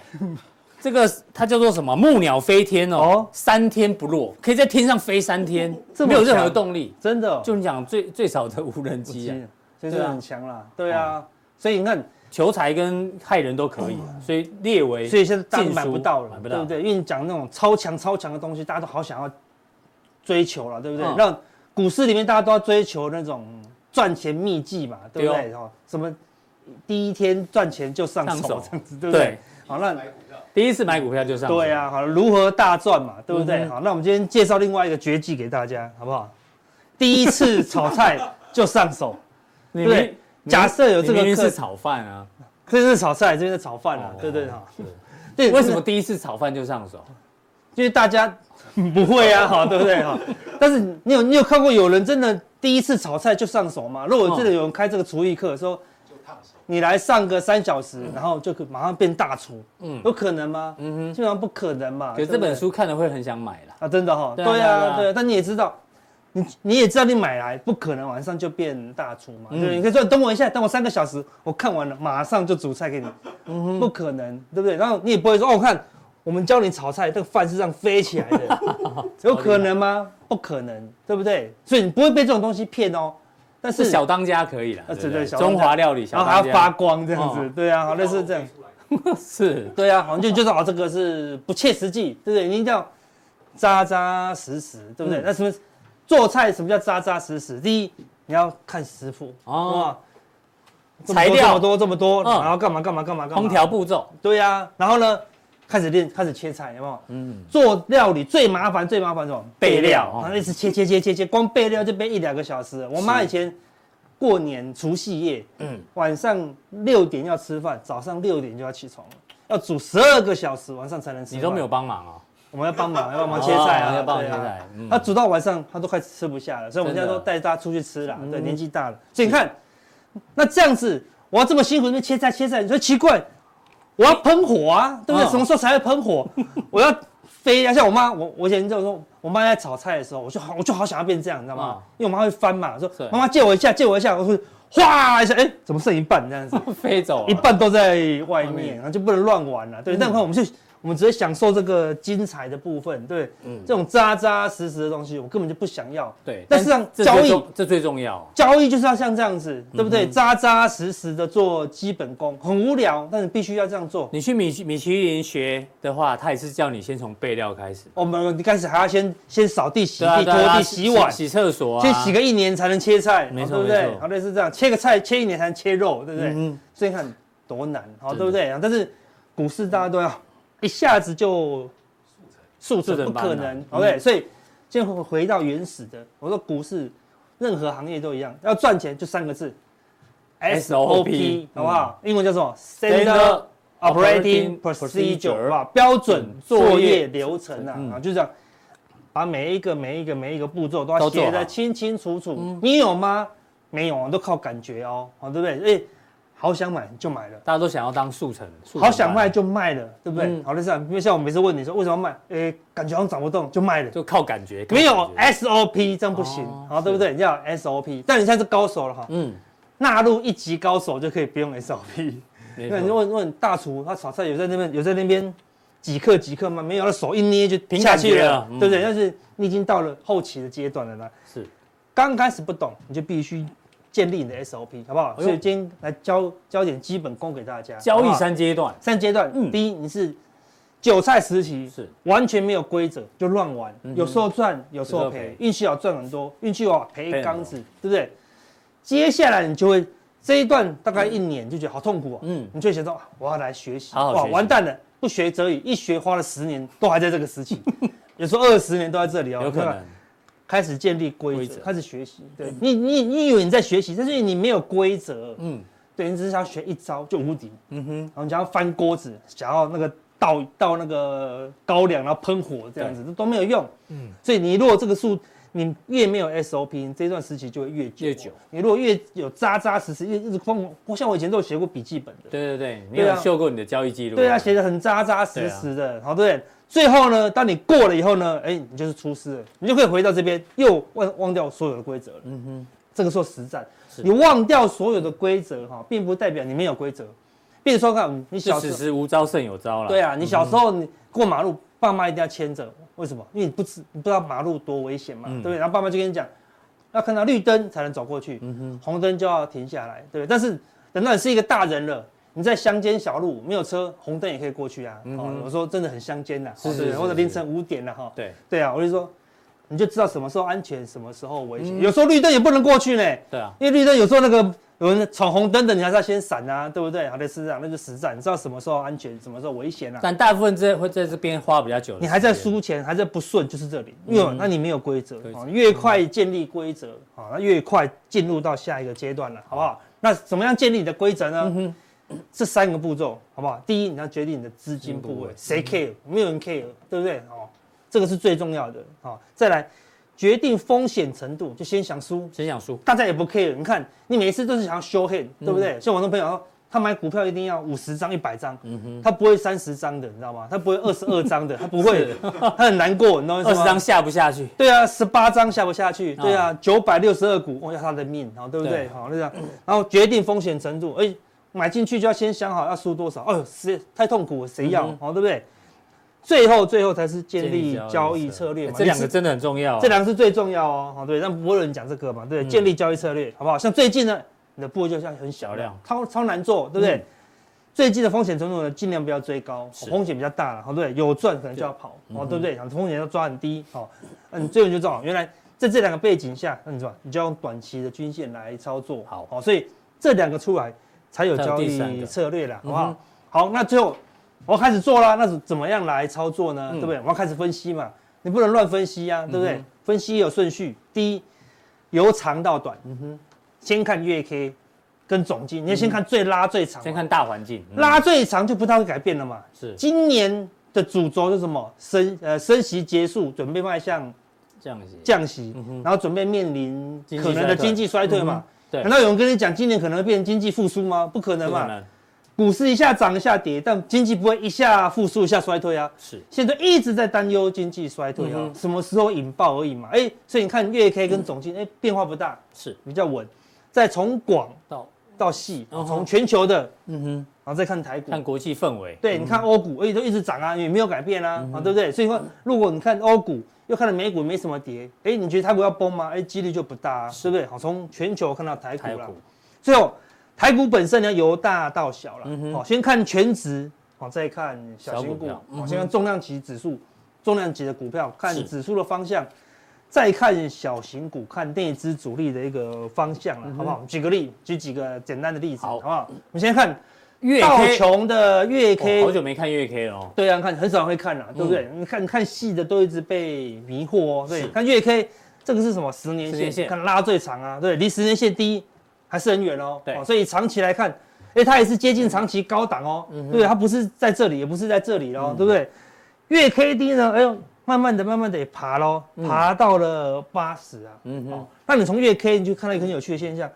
S1: 这个它叫做什么？木鸟飞天哦，
S3: 哦
S1: 三天不落，可以在天上飞三天，
S3: 这么
S1: 没有任何
S3: 强
S1: 动力。
S3: 真的哦
S1: 就你讲最最少的无人机、啊，
S3: 机
S1: 对
S3: 就是
S1: 啊哦
S3: 很强啦。对啊，所以你看，
S1: 求财跟害人都可以啊、所以列为
S3: 哦所以现在大家
S1: 禁
S3: 买
S1: 书
S3: 不到了，
S1: 买不到
S3: 对不对？因为你讲那种超强超强的东西，大家都好想要追求了，对不对
S1: 嗯？
S3: 让股市里面大家都要追求那种赚钱秘技嘛，对不对？哦，什么第一天赚钱就上
S1: 上手
S3: 手这样子，对不对？好，那
S4: 买股票，
S1: 第一次买股票就上手
S3: 对，啊，好，如何大赚嘛，对不对？
S1: 嗯哼
S3: 好，那我们今天介绍另外一个绝技给大家，好不好？第一次炒菜就
S1: (laughs)
S3: 上手，
S1: 你
S3: 对
S1: 明你
S3: 假设有这个
S1: 你明明
S3: 课
S1: 是炒饭啊，
S3: 这是炒菜，这边是炒饭啊
S1: 哦，
S3: 对不对？哈，
S1: 是
S3: 对，啊
S1: 为什么？第一次炒饭就上手？
S3: 因为大家 (laughs) 不会啊，哈，对不对？哈，但是你有你有看过有人真的第一次炒菜就上手吗？如果真的有人开这个厨艺课，说
S4: 就烫手。
S3: 你来上个三小时，然后就可马上变大厨，嗯，有可能吗？嗯哼，基本上不可能嘛。
S1: 可是
S3: 对
S1: 这
S3: 不对
S1: 本书看了会很想买啦。
S3: 啊，真的哈，
S1: 对
S3: 对
S1: 啊对啊
S3: 啊，对啊，但你也知道，你你也知道你买来不可能晚上就变大厨嘛，
S1: 嗯
S3: 对不对，你可以说等我一下，等我三个小时，我看完了马上就煮菜给
S1: 嗯
S3: 你，不可能，对不对？然后你也不会说哦，看我们教你炒菜，这个饭是这样飞起来
S1: (laughs)
S3: 的，有可能吗？不可能，对不对？所以你不会被这种东西骗哦，但
S1: 是
S3: 是
S1: 小当家可以啦，
S3: 呃
S1: 对不对？
S3: 对对小当家
S1: 中华料理小
S3: 然后还要
S1: 当
S3: 发
S1: 家
S3: 光这样
S1: 哦
S3: 子，对啊，好类似这样。
S1: 是
S3: 对啊，好像就就是哦，这个是不切实际，
S1: (laughs)
S3: 对不对？你一定要扎扎实实，对不对？
S1: 嗯
S3: 那什么做菜什么叫扎扎实实？第一，你要看食谱
S1: 哦
S3: 哦，这么
S1: 材
S3: 多
S1: 料
S3: 这么多这么多，
S1: 嗯
S3: 然后干嘛干嘛干嘛干
S1: 烹
S3: 嘛，
S1: 调步骤，
S3: 对呀、然后呢，开始练，开始切菜，有没有？嗯，做料理最麻烦，最麻烦是什么？备
S1: 备料
S3: 料，
S1: 哦
S3: 然后一直切切切切切，光备料就备一两个小时了。我妈以前过年除夕夜，嗯，晚上六点要吃饭，早上六点就要起床了，要煮十二个小时，晚上才能吃。
S1: 你都没有，帮忙哦。
S3: 我们要帮忙，要帮忙切菜
S1: 哦
S3: 啊，
S1: 要帮忙
S3: 对啊
S1: 切菜嗯
S3: 她煮到晚上，她都快吃不下了，所以我们
S1: 真的嗯
S3: 现在都带大家出去吃啦。对，年纪大了，所以你看，那这样子，我要这么辛苦，那切菜切菜，你说奇怪，我要喷火啊，对
S1: 嗯
S3: 不对？什么时候才会喷火？ (laughs) 我要飞啊！像我妈，我我以前就说，我妈在炒菜的时候，我就好，我就好想要变这样，你知道吗
S1: 嗯？
S3: 因为我妈会翻嘛，说
S1: 是
S3: 妈妈借我一下，借我一下，我说哗一下，哎，怎么剩一半这样子？
S1: 飞走啊了
S3: 一半都在
S1: 外
S3: 外
S1: 面
S3: 面，然后就不能乱玩了。对，
S1: 嗯
S3: 那块我们就我们只是享受这个精彩的部分，对，
S1: 嗯
S3: 这种扎扎实实的东西，我根本就不想要。
S1: 对，
S3: 但是
S1: 这
S3: 让交
S1: 最
S3: 易
S1: 重这最重要，
S3: 交易就是要像这样子，
S1: 嗯
S3: 对不对？扎扎实实的做基本功，很无聊，但是必须要这样做。
S1: 你去米其米其林学的话，他也是叫你先从备料开始，
S3: 我们你开始还要先先扫地、洗地、拖
S1: 啊
S3: 地、洗碗，
S1: 洗厕所啊，
S3: 先洗个一年才能切菜，
S1: 没
S3: 好
S1: 错
S3: 对不
S1: 没
S3: 对
S1: 错？嗯
S3: 好，类似这样，切个菜切一年才能切肉，对不对？所以你看多难，好，对不对？但是股市大家都要一下子就速
S1: 速
S3: 成，
S1: 成
S3: 不
S1: 班啊
S3: 可能，OK？所以先回回到原始的，我说股市任何行业都一样，要赚钱就三个字
S1: SOP
S3: 好不好？
S1: 嗯
S3: 英文叫什么
S1: Standard
S3: ？Standard
S1: Operating
S3: Operating
S1: Procedure
S3: Procedure 好不好标准作业流程
S1: 嗯
S3: 啊，啊，就这样。把每一个、每一个、每一个步骤都
S1: 都
S3: 要
S1: 做
S3: 写
S1: 好
S3: 得清清楚楚。
S1: 嗯
S3: 你有吗？没有啊，都靠感觉哦，好对不对？哎、好想买就买了，
S1: 大家都想要当速成，速成
S3: 好想
S1: 班
S3: 卖就卖了，对不对？
S1: 嗯
S3: 好的，这样，因为像我每次问你说为什么卖，哎、感觉好像涨不动就卖了，
S1: 就靠感觉，靠
S3: 没有哎
S1: 感觉
S3: SOP 这样不行，
S1: 哦
S3: 好对不对？你要有 SOP，但你现在是高手了哈，
S1: 嗯，
S3: 纳入一级高手就可以不用 SOP。
S1: 没
S3: 那你
S1: 错，
S3: 问问大厨，他炒菜有在那边有在那边几克几克吗？没有，他手一捏就
S1: 凭
S3: 下
S1: 感觉
S3: 去了，
S1: 了嗯
S3: 对不对？但是你已经到了后期的阶段了啦。
S1: 是
S3: 刚开始不懂，你就必须建立你的 SOP，好不好？
S1: 哎呦
S3: 所以今天来教教点基本功给大家。
S1: 交
S3: 好不
S1: 易
S3: 好
S1: 三阶段，
S3: 三阶段，
S1: 嗯
S3: 第一你是韭菜时期，
S1: 是
S3: 完全没有规则就乱玩，有时候赚，有
S1: 嗯有
S3: 时
S1: 时候
S3: 候
S1: 赔
S3: 赔，运气好赚很多，运气不好赔
S1: 赔很
S3: 一缸
S1: 多
S3: 子，对不对？接下来你就会这一段大概一年就觉得好痛苦哦，
S1: 嗯
S3: 嗯，你就会想到我要来学习，
S1: 好好
S3: 哇，
S1: 学习
S3: 完蛋了，不学则已，一学花了十年都还在这个
S1: (laughs)
S3: 时期，有时候二十年都在这里哦，
S1: 有可
S3: 对吧
S1: 能。
S3: 开始建立规
S1: 规
S3: 则
S1: 则，
S3: 开始学习。对你，你你以为你在学习，但是你没有规则，
S1: 嗯
S3: 嗯，对你只是想要学一招就无敌，嗯哼，然后你想要翻锅子，想要那个倒倒那个高粱，然后喷火这样子，这都没有用，嗯，所以你如果这个数。你越没有 SOP，你这段时期就会越久。哦
S1: 越久
S3: 你如果越有扎扎实实，越一直疯狂，我像我以前都有写过笔记本的，
S1: 对对对，你
S3: 对
S1: 有
S3: 啊
S1: 秀过你的交易记录？
S3: 对啊，写的很扎扎实实的，好对啊不对？最后呢，当你过了以后呢，哎，你就是出师了，你就可以回到这边，又忘忘掉所有的规则了。嗯哼，这个时候实战，你忘掉所有的规则哈，并不代表你没有规则。比如说，看你
S1: 就
S3: 小时
S1: 此
S3: 候，
S1: 时无招胜有招了。
S3: 对啊，你小时候你过马路，爸妈一定要牵着，为什么？因为你不知你不知道马路多危险嘛，
S1: 嗯
S3: 对不对？然后爸妈就跟你讲，要看到绿灯才能走过去，
S1: 嗯
S3: 红灯就要停下来，对不对？但是等到你是一个大人了，你在乡间小路没有车，红灯也可以过去啊。哦，有时候真的很乡间呐，
S1: 嗯是
S3: 哦对不
S1: 是
S3: 对或者
S1: 是
S3: 凌晨五点了哈。
S1: 对
S3: 对啊，我就说，你就知道什么时候安全，什么时候危
S1: 嗯
S3: 险。有时候绿灯也不能过去呢，
S1: 对啊，
S3: 因为绿灯有时候那个有人闯红灯的，你还是要先闪啊，对不对？好类似这样，那就实战，你知道什么时候安全，什么时候危险啊。
S1: 但大部分在会在这边花比较久的时间。
S3: 你还在输钱，还在不顺，就是这里，因为、那你没有嗯规则
S1: 规则
S3: 啊，越快建立规则啊，那越快进入到下一个阶段了，好不好？那怎么样建立你的规则呢？这三个步骤，好不好？第一，你要决定你的资金部位，谁 care？没有人 care，对不对？哦，这个是最重要的啊。再来，决定风险程度，就先想输，
S1: 谁想输？嗯
S3: 大家也不 care。你看，你每一次都是想要 show hand，对不对？像我那朋友说，他买股票一定要五十张、一百张，
S1: 嗯
S3: 他不会三十张的，你知道吗？他不会二十二
S1: (laughs)
S3: 张的，他不会，他很难过，你知道吗？
S1: 二十张下不下去？
S3: 对啊，十八张下不下去？对啊，九百六十二股，我要他的命，好对不对
S1: 对？
S3: 好，就这样，然后决定风险程度，哎，买进去就要先想好要输多少，哦，谁太痛苦了，谁要哦
S1: 嗯哼，
S3: 好对不对？最后最后才是建
S1: 建
S3: 立
S1: 立交
S3: 交
S1: 易
S3: 易策略
S1: 哎
S3: 嘛，
S1: 这两
S3: 你
S1: 个
S3: 是
S1: 真的很重要哦。嗯
S3: 这两个是最重要哦，好对，让不会有人讲这个嘛，对，建立交易策略，好不好？像最近呢，你的部位就像很小
S1: 小量
S3: 量，超超难做，对不对
S1: 嗯？
S3: 最近的风险程度呢，尽量不要追高，
S1: 是嗯
S3: 风险比较大了，好对，有赚可能就要跑，哦，对不对？想风险要抓很低，好，那你最后你就知道，原来在这两个背景下，那你知道，你就要用短期的均线来操作，
S1: 好
S3: 好，所以这两个出来才有
S1: 才有
S3: 交
S1: 第三
S3: 易
S1: 个
S3: 策略啦，好不
S1: 嗯哼
S3: 好？好，那最后我开始做啦，那怎么样来操作呢？
S1: 嗯
S3: 对不对？我要开始分析嘛，你不能乱分析啊，对不对？
S1: 嗯哼
S3: 分析有顺序，第一，由长到短，
S1: 嗯
S3: 先看月 K 跟总金，你要先看最拉最长嘛，
S1: 先看大环境，嗯
S3: 拉最长就不太会改变了嘛。
S1: 是
S3: 今年的主轴是什么？升呃升息结束，准备迈向
S1: 这样子。
S3: 降息，
S1: 哼
S3: 然后准备面临
S1: 嗯经济
S3: 可能
S1: 衰
S3: 的
S1: 退嗯
S3: 经济衰退嘛。
S1: 对
S3: 难道有人跟你讲今年可能会变成经济复苏吗？不可能
S1: 不可
S3: 嘛。
S1: 能
S3: 股市一下涨一下跌，但经济不会一下复苏一下衰退啊。
S1: 是
S3: 现在一直在担忧经济衰退啊，
S1: 嗯哼
S3: 什么时候引爆而已嘛。哎、所以你看月 K 跟总金，哎、变化不大，
S1: 是
S3: 比较稳。再从广
S1: 到
S3: 到细，
S1: 嗯哼
S3: 从全球的，
S1: 嗯哼，
S3: 然后再看台股。
S1: 看嗯国际氛围，
S3: 对，你看欧股，而且都一直涨啊，也没有改变啊，
S1: 嗯
S3: 啊，对不对？所以说，如果你看欧股，又看了美股没什么跌，哎，你觉得台股要崩吗？哎，几率就不大啊，对不对？好，从全球看到台股
S1: 台
S3: 啦
S1: 股。
S3: 最后，台股本身呢，由大到小啦，好、
S1: 嗯哼
S3: 先看全值，好、再看小型
S1: 小股
S3: 股，
S1: 票
S3: 好、
S1: 嗯哼
S3: 先看重量级指数，重量级的股票，看
S1: 是
S3: 指数的方向，再看小型股，看内资主力的一个方向啦，好不好？举个例，举几个简单的例子，
S1: 嗯好
S3: 好不好？我们先看
S1: 月
S3: 道
S1: K，
S3: 琼的月 K，、
S1: 哦好久没看月 K 了哦，嗯
S3: 对啊，看很少人会看啦，对不对？你看你看细的都一直被迷惑哦。对，看月 K 这个是什么？十年
S1: 十
S3: 线，
S1: 年线
S3: 看拉最长啊，对，离十年线低还是很远哦。
S1: 对
S3: 哦所以长期来看，哎，它也是接近长期高档哦，
S1: 嗯
S3: 对不对，它不是在这里，也不是在这里喽，对不对？月 K D 呢，哎呦，慢慢的、慢慢的也爬喽，爬到了八十啊。
S1: 嗯
S3: 哦
S1: 哼，，
S3: 那你从月 K 你就看到一个很有趣的现象，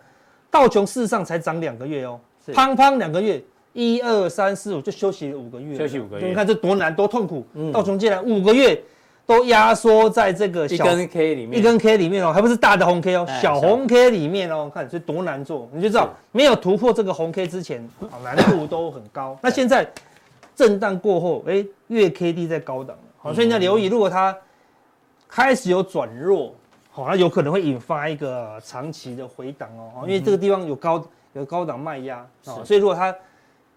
S3: 道琼事实上才涨两个月哦
S1: 是，
S3: 砰砰两个月，一二三四五就休息了五个月了，
S1: 休息五个月
S3: 你看这多难多痛苦，
S1: 嗯
S3: 道琼竟然五个月都压缩在这个
S1: 一
S3: 小
S1: 根 K 里面
S3: 一根 K 里面哦，还不是大的红 K 哦
S1: 哎，
S3: 小红 K 里面哦，看所以多难做，你就知道没有突破这个红 K 之前，啊难度都很
S1: (coughs)
S3: 高。那现在震荡过后，哎，月 K D 在高档了，
S1: 嗯
S3: 好，所以你要留意，如果它开始有转弱，好，那有可能会引发一个长期的回档哦，哦因为这个地方有高有高档卖压，哦
S1: 嗯是
S3: 所以如果它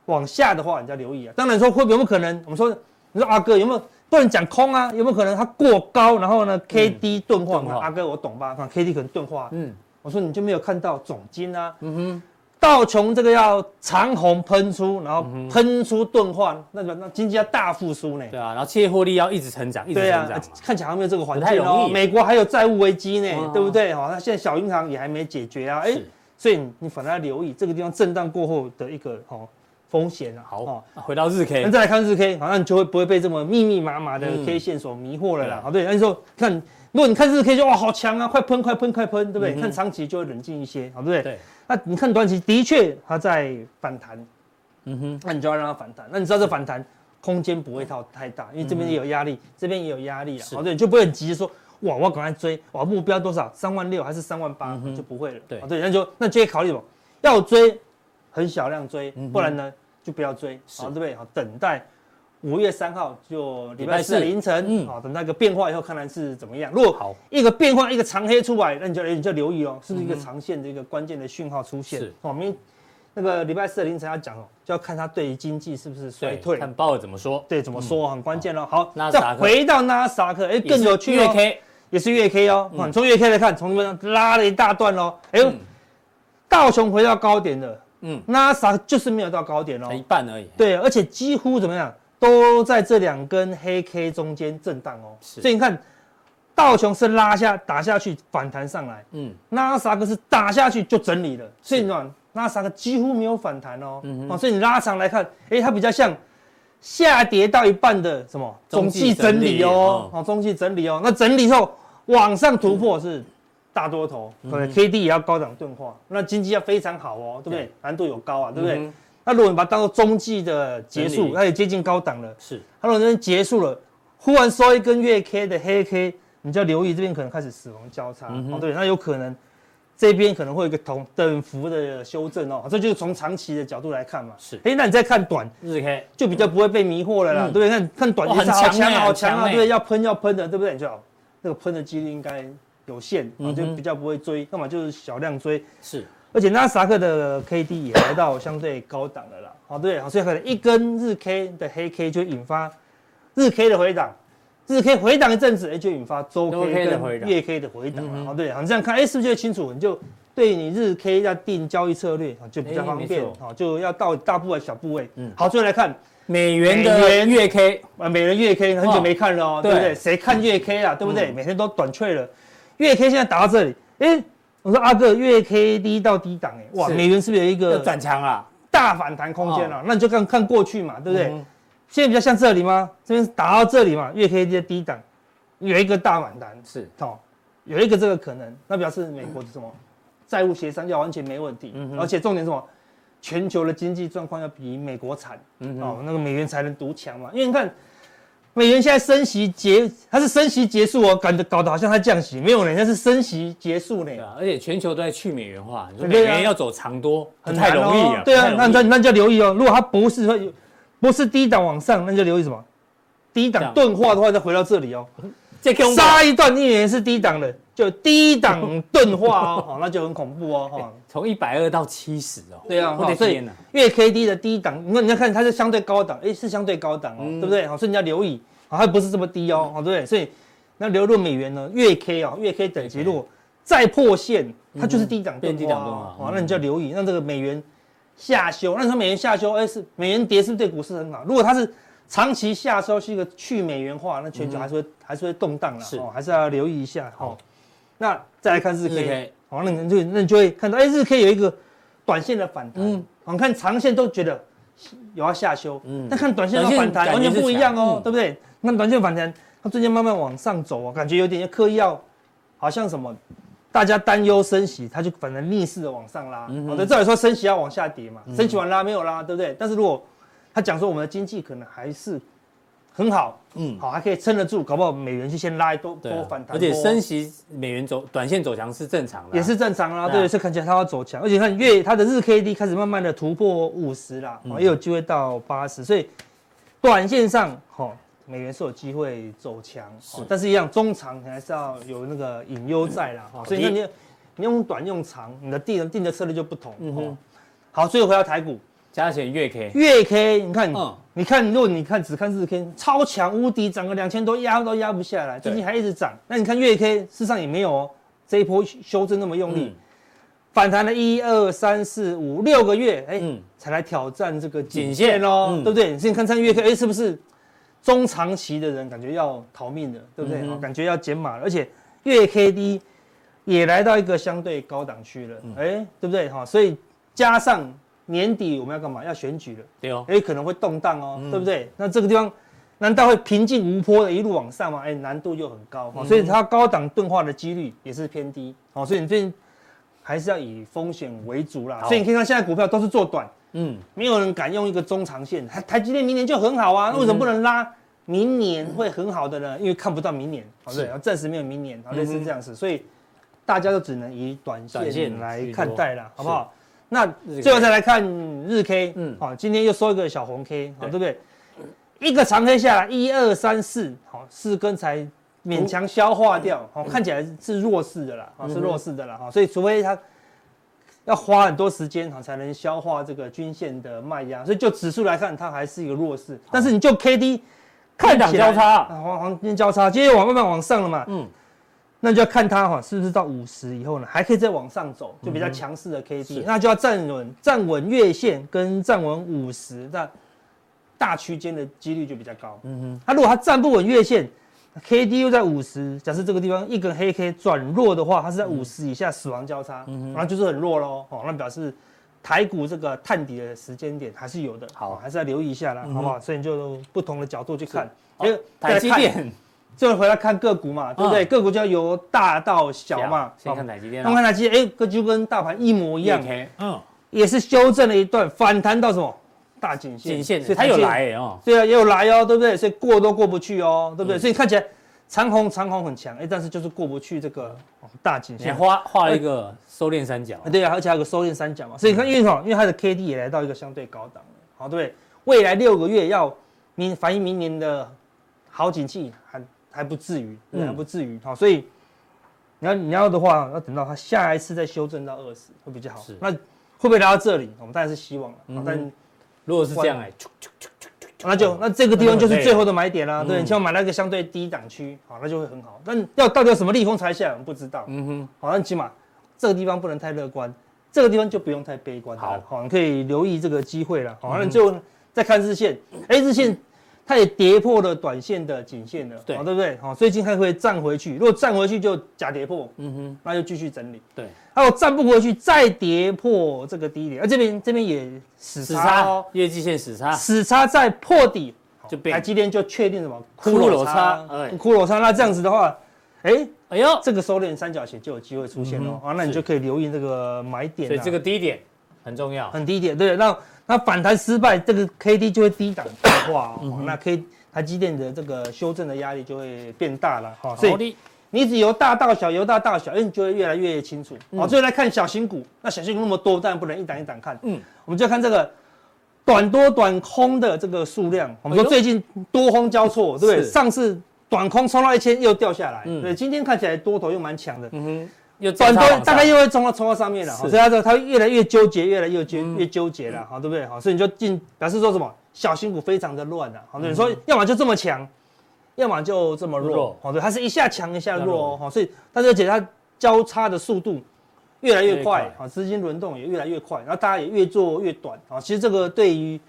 S3: 往下的话，你就要留意啊。当然说会不会有没有可能，我们说你说阿啊哥有没有不能讲空啊？有没有可能它过高，然后呢 K
S1: 嗯
S3: D 钝化？
S1: 钝化
S3: 阿哥我懂吧？看 K D 可能钝化，
S1: 嗯
S3: 我说你就没有看到总金啊。
S1: 嗯哼，
S3: 道琼这个要长虹喷出，然后
S1: 嗯
S3: 喷出钝化，那个那经济要大复苏呢。
S1: 对啊，然后企业获利要一直成长，一直
S3: 对
S1: 成
S3: 啊
S1: 长，
S3: 看起来好像没有这个环
S1: 不太
S3: 境
S1: 容
S3: 哦
S1: 易。
S3: 美国还有债务危机呢，
S1: 哦
S3: 对不对？哦，那现在小银行也还没解决啊。哎
S1: 是，
S3: 所以你反而要留意这个地方震荡过后的一个哦风险啊。哦
S1: 好，那回到日
S3: 那
S1: K，
S3: 再来看日 K，好像你就会不会被这么密密麻麻的
S1: 嗯
S3: K 线所迷惑了
S1: 对啊
S3: 啦。好，对，那你说看，如果你看日 K 就哇好强啊，快喷快喷快喷，对不对？你看长期就会冷静一些，好，对不对？
S1: 嗯对，
S3: 那你看短期的确它在反弹，
S1: 嗯哼，
S3: 那你就要让它反弹。那你知道这反弹空间不会到太大，因为这边也有压力，这边也有压力啊。
S1: 嗯是
S3: 好，对，你就不会很急说哇，我要赶快追，哇，目标多少？三万六还是三万八？就不会了。
S1: 嗯
S3: 哦
S1: 对
S3: 好对，那就那就会考虑什么？要追，很小量追，不然呢就不要追，哦
S1: 是
S3: 好，对不对？好，等待。五月三号就礼
S1: 礼拜
S3: 拜
S1: 四
S3: 四的凌晨，
S1: 嗯
S3: 好、等那个变化以后看看是怎么样。如果
S1: 好
S3: 一个变化一个长黑出来，那你就你就留意哦，是不是一个长线的一个关键的讯号出现
S1: 嗯是？
S3: 哦，明那个礼拜四的凌晨要讲哦，就要看它对于经济是不是衰
S1: 对，
S3: 退，
S1: 看鲍尔怎么说，嗯
S3: 对怎么说很关键哦。好
S1: 纳，斯达
S3: 再
S1: 克
S3: 回到纳斯达克，哎，更有趣
S1: 月
S3: 哦，
S1: K
S3: 也是月 K 哦。啊你从月 K 来看，从这边拉了一大段哦，哎呦
S1: 嗯，
S3: 道琼回到高点了，
S1: 嗯
S3: 嗯，纳斯达克就是没有到高点哦
S1: 才，一半而已，
S3: 对，而且几乎怎么样，都在这两根黑 K 中间震荡哦。
S1: 是
S3: 所以你看，道琼是拉下打下去反弹上来，
S1: 嗯，
S3: 纳斯达克是打下去就整理了，所以你看纳斯达克几乎没有反弹哦。哦，所以你拉长来看，哎、它比较像下跌到一半的什么
S1: 中
S3: 中
S1: 继
S3: 继
S1: 整
S3: 整
S1: 理
S3: 理哦，
S1: 嗯
S3: 哦，中继整理哦，那整理之后往上突破是。大多头，对不对、k D 也要高档钝化，那经济要非常好哦，对不对？难度有高啊，对不对？
S1: 嗯哼
S3: 那如果你把它当做中继的结
S1: 整
S3: 束，
S1: 理
S3: 它也接近高档了。
S1: 是
S3: 它如果这边结束了，忽然收一根月 K 的黑 K，你就要留意这边可能开始死亡交叉。
S1: 嗯哼
S3: 哦，对，那有可能这边可能会有一个同等幅的修正哦，这就是从长期的角度来看嘛。
S1: 是
S3: 哎，那你再看短，
S1: 日 K，
S3: 就比较不会被迷惑了啦，
S1: 嗯
S3: 对不对？看看短
S1: 哇
S3: 线上
S1: 很强
S3: 好强
S1: 欸
S3: 啊，好
S1: 很
S3: 强
S1: 强
S3: 啊，
S1: 欸
S3: 对不对，要喷要喷的，对不对？你就好，那个喷的几率应该有限，啊
S1: 嗯哼
S3: 就比较不会追，要么就是小量追，
S1: 是
S3: 而且纳斯达克的 K D 也来到相对高档了啦，好对，好，所以可能一根日 K 的黑 K 就引发日 K 的回档，日 K 回档一阵子，哎，就引发周
S1: 周 K
S3: K
S1: 的回档
S3: 跟月 K 的回档
S1: 嗯
S3: 了，
S1: 哼
S3: 好对，好，你这样看，哎，是不是就清楚？你就对你日 K 要定交易策略啊，就比较
S1: 哎
S3: 方
S1: 没
S3: 便
S1: 错，
S3: 好，就要到大部位小部位
S1: 嗯，
S3: 好，最后来看。
S1: 美元的月 K，
S3: 啊，每人月 K 很久没看了哦，
S1: 对嗯
S3: 对不对？谁看月 K 啊？对不对？每天都短脆了，月 K 现在打到这里，哎，我说阿哥，月 K 低到低档，哎，哇，
S1: 是
S3: 美元是不是有一
S1: 要
S3: 个
S1: 转强啊，
S3: 大反弹空间啊？那你就看看过去嘛，对不对
S1: 哦嗯？
S3: 现在比较像这里吗？这边打到这里嘛，月 K 低低档，有一个大反弹，
S1: 是，
S3: 哦，有一个这个可能，那表示美国的什么债务协商要完全没问题，
S1: 嗯哼
S3: 而且重点是什么？全球的经济状况要比美国惨，
S1: 嗯
S3: 哦
S1: 哼，，
S3: 那个美元才能独强嘛。因为你看，美元现在升息结，它是升息结束哦，感觉搞得好像它降息，没有呢，它是升息结束呢
S1: 对，啊，而且全球都在去美元化，你说美
S3: 对啊
S1: 元要走长多，不
S3: 很
S1: 太
S3: 难哦
S1: 容易啊，
S3: 对啊，
S1: 不太
S3: 那
S1: 容易
S3: 那那就要留意哦，如果它不是说有不是低档往上，那就留意什么？低
S1: 这
S3: 档
S1: 样
S3: 钝化的话，再回到这里哦，
S1: 这个
S3: 杀一段一元是低档的，就低档钝化哦， (laughs) 好，那就很恐怖哦，哈、
S1: 从一百二到七十哦，
S3: 对啊，
S1: 我
S3: 好
S1: 的
S3: 所
S1: 天
S3: 以
S1: 哪，
S3: 月 K D 的低档，你看你要看它是相对高档，哎，是相对高档哦，
S1: 嗯
S3: 对不对？好，所以你要留意，好，它不是这么低哦，好，对不对？所以那流入美元呢，月 K 哦，月 K 等级如果再破线，它就是低档
S1: 嗯变
S3: 钝
S1: 低
S3: 化
S1: 档
S3: 哦
S1: 钝化
S3: 好，
S1: 嗯
S3: 那你就要留意，让这个美元下修，那你说美元下修，哎，是美元跌是不是对股市很好？如果它是长期下收是一个去美元化，那全球还是会、还是会动荡
S1: 嗯
S3: 了
S1: 是，
S3: 哦，还是要留意一下，好、哦。那再来看日 K，
S1: 日 K
S3: 好，那你就那你就会看到，哎、日 K 有一个短线的反弹，
S1: 嗯
S3: 嗯，我们看长线都觉得有要下修，
S1: 嗯
S3: 嗯，但看短线的
S1: 短线
S3: 反弹完全不一
S1: 感
S3: 样哦，
S1: 觉是强嗯
S3: 对不对？那短线反弹，它最近慢慢往上走哦，感觉有点刻意要，好像什么，大家担忧升息，它就反而逆势的往上拉。
S1: 嗯哼嗯
S3: 好的，照理说升息要往下跌嘛，升息完拉没有拉，对不对？但是如果他讲说我们的经济可能还是很好，
S1: 嗯，
S3: 好还可以撑得住，搞不好美元就先拉一多
S1: 对
S3: 多
S1: 啊
S3: 反弹多，
S1: 而且升息美元走短线走强是正常的啊，
S3: 也是正常啦，
S1: 对啊
S3: 对，是看起来它要走强，而且看月它的日 K D 开始慢慢的突破五十啦，
S1: 嗯
S3: 哦，也有机会到八十，所以短线上，哦，美元是有机会走强，
S1: 是
S3: 哦但是一样中长还是要有那个隐忧在啦，哦哈，所以那你你用短用长，你的定定的策略就不同，
S1: 嗯哼
S3: 哦，好，所以回到台股
S1: 加起来月 K，
S3: 月 K，你看
S1: 嗯，
S3: 你看，如果你看只看日 K，超强无敌，涨个两千多压都压不下来，
S1: 对
S3: 最近还一直涨，那你看月 K，事实上也没有哦，这一波修正那么用力。
S1: 嗯
S3: 反弹了一二三四五六个月，哎、
S1: 嗯
S3: 才来挑战这个
S1: 颈
S3: 颈
S1: 线
S3: 线哦，
S1: 嗯
S3: 对不对？你先看三月 K，哎、是不是中长期的人感觉要逃命了，对不对？
S1: 嗯哼
S3: 哦感觉要减码了，而且月 K D 也来到一个相对高档区
S1: 嗯
S3: 了，哎、对不对？哈、所以加上年底我们要干嘛？要选举了，
S1: 对哦，嗯
S3: 哎、可能会动荡哦，对不对？那这个地方。难道会平静无波的一路往上吗？哎、难度又很高、
S1: 嗯
S3: 哦，所以它高档钝化的几率也是偏低。哦，所以你最近还是要以风险为主啦。
S1: 好
S3: 所以你可以看现在股票都是做短，
S1: 嗯，
S3: 没有人敢用一个中长线。台台积电明年就很好
S1: 嗯
S3: 啊，那为什么不能拉明年会很好的呢？因为看不到明年，好
S1: 是
S3: 对，暂时没有明年，好哦类
S1: 嗯
S3: 似
S1: 哼
S3: 这样子，所以大家都只能以短
S1: 短线
S3: 线来
S1: 居多
S3: 看待啦，好不好？那
S1: 日 K
S3: 最后再来看日 K，
S1: 嗯
S3: 嗯，好，今天又收一个小红 K，好，
S1: 对
S3: 对不对？一个长黑下来，一二三四，好，四根才勉强消化掉，好，看起来是弱势的啦，好，是弱势的啦，好，哦所以除非它要花很多时间哈哦才能消化这个均线的卖压，所以就指数来看，它还是一个弱势。但是你就 K D 看
S1: 两
S3: 起来
S1: 交叉
S3: 啊黄黄金交叉，今天往慢慢往上了嘛，
S1: 嗯
S3: 嗯，那就要看它哈是不是到五十以后呢，还可以再往上走，就比较强势的 K D，、
S1: 是
S3: 那就要站稳站稳月线跟站稳五十，那大区间的几率就比较高。
S1: 嗯哼，
S3: 它如果它站不稳月线，K D 又在五十，假设这个地方一根黑 K 转弱的话，它是在五十以下死亡交叉，
S1: 嗯嗯哼
S3: 然后就是很弱喽。哦，那表示台股这个探底的时间点还是有的，
S1: 好
S3: 哦还是要留意一下啦，
S1: 嗯哼
S3: 好不好？所以你就不同的角度去看。
S1: 好
S3: 因为
S1: 台积
S3: 再来看，
S1: 电
S3: 最后回来看个股嘛，对不对？
S1: 嗯
S3: 个股就要由大到小嘛。
S1: 先看
S3: 哦
S1: 台积电
S3: 那
S1: 啊，
S3: 我们看台积，哎，个就跟大盘一模一样
S1: 月，K，嗯，
S3: 一也是修正了一段，反弹到什么大颈线，
S1: 颈线
S3: 所以
S1: 它
S3: 台
S1: 有
S3: 积
S1: 来欸哦，
S3: 对啊，也有来哦，对不对？所以过都过不去哦，对
S1: 嗯
S3: 不对？所以看起来长虹长虹很强，哎，但是就是过不去这个哦大颈
S1: 你
S3: 线。
S1: 画画了一个收敛三角，
S3: 对啊，而且还有个收敛三角嘛，所以你看，因为什么？因为它的 K D 也来到一个相对高档了，好，对不对？未来六个月要明反映明年的好景气，还还不至于，对
S1: 嗯
S3: 还不至于，好，所以你要你要的话，要等到它下一次再修正到二十会比较好
S1: 是。嗯
S3: 那会不会来到这里？我们当然是希望了，好但
S1: 如果是这样哎，
S3: 那就哦那这个地方就是最后的买点啦，
S1: 嗯
S3: 对，你像买到一个相对低档区，好，那就会很好。但要到底有什么利空才下来，我们不知道。
S1: 嗯哼，
S3: 好，那起码这个地方不能太乐观，这个地方就不用太悲观了。
S1: 好
S3: 好，嗯你可以留意这个机会了。好，那你最后再看日线，哎，日线它也跌破了短线的颈线了，
S1: 对
S3: 好对不对？好，最近它会站回去，如果站回去就假跌破，
S1: 嗯哼，
S3: 那就继续整理。
S1: 对，
S3: 还有站不回去再跌破这个低点，而这边这边也死
S1: 死
S3: 叉
S1: 叉
S3: 哦，
S1: 月季线死叉，
S3: 死叉在破底，
S1: 就变
S3: 台积电就确定什么
S1: 骷髅叉哎
S3: 骷髅叉。那这样子的话，哎，
S1: 哎呦，
S3: 这个收敛三角形就有机会出现
S1: 嗯
S3: 哦。
S1: 哼
S3: 啊，那你
S1: 是
S3: 就可以留意这个买点啊。
S1: 所以这个低点很重要，
S3: 很低点，对，那那反弹失败，这个 K D 就会低档的话，
S1: 嗯
S3: 哦那 K 台积电的这个修正的压力就会变大了哈。所
S1: 好
S3: 以
S1: 的，
S3: 你只由大到小，由大到小，哎，你就会越来越清楚。好，
S1: 嗯
S3: 最后来看小型股，那小型股那么多，当然不能一档一档看。
S1: 嗯，
S3: 我们就看这个短多短空的这个数量。我们说最近多空交错，对不
S1: 哎
S3: 对？
S1: 是
S3: 上次短空冲到一千又掉下来，
S1: 嗯
S3: 对，今天看起来多头又蛮强的。
S1: 嗯哼，又
S3: 短
S1: 正
S3: 多
S1: 常往上
S3: 大概又会冲到冲到上面了，
S1: 是
S3: 好所以它这个它会越来越纠结，越来越纠
S1: 嗯
S3: 越纠结了，好，对不对？好，所以你就进表示说什么小型股非常的乱啊，
S1: 嗯
S3: 好，对，你说要么就这么强，要么就这么
S1: 弱
S3: 弱，好，对，它是一下强一下弱
S1: 弱
S3: 哦，好，所以但是而且它交叉的速度越来
S1: 越
S3: 越
S1: 快
S3: 快，好，资金轮动也越来越快，然后大家也越做越短，啊，其实这个对于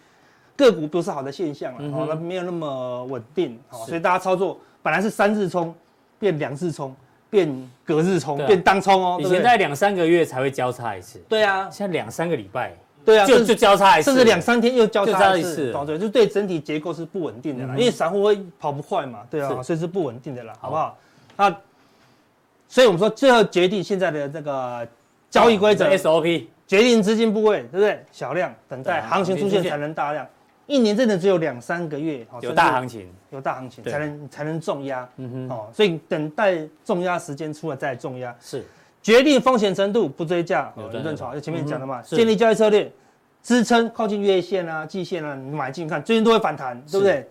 S3: 个股不是好的现象了
S1: 嗯，哼
S3: 好，那没有那么稳定，好，
S1: 是
S3: 所以大家操作本来是三日冲变两日冲。变隔日冲
S1: 对，啊
S3: 变当冲哦。
S1: 以
S3: 对不
S1: 前
S3: 对
S1: 在两三个月才会交叉一次，
S3: 对啊，
S1: 现在两三个礼拜
S3: 对啊，
S1: 就
S3: 甚
S1: 就
S3: 至
S1: 交叉一次，哦
S3: 甚至两三天又交
S1: 就交
S3: 叉
S1: 叉一
S3: 一
S1: 次
S3: 次，哦对，就对整体结构是不稳定的啦，
S1: 嗯
S3: 因为散户会跑不快嘛，对啊，
S1: 是
S3: 所以是不稳定的啦，
S1: 好
S3: 好不好？那所以我们说，最后决定现在的这个交易规则，
S1: SOP，
S3: 决定资金部位，对不对？小量等
S1: 对
S3: 待
S1: 啊
S3: 行情出
S1: 行情出
S3: 现
S1: 现
S3: 才能大量，一年真的只有两三个月，哦
S1: 有大，
S3: 甚
S1: 行情，
S3: 至有大行情
S1: 对
S3: 才能才能重压，
S1: 嗯哼，
S3: 哦，所以等待重压时间出来再重压，
S1: 是
S3: 决定风险程度，不追价，
S1: 有
S3: 哦有
S1: 赚
S3: 正
S1: 有
S3: 常，就前面讲的嘛，
S1: 嗯是
S3: 建立交易策略，支撑靠近月线啊、季线啊，你买进看，最近都会反弹，对不对？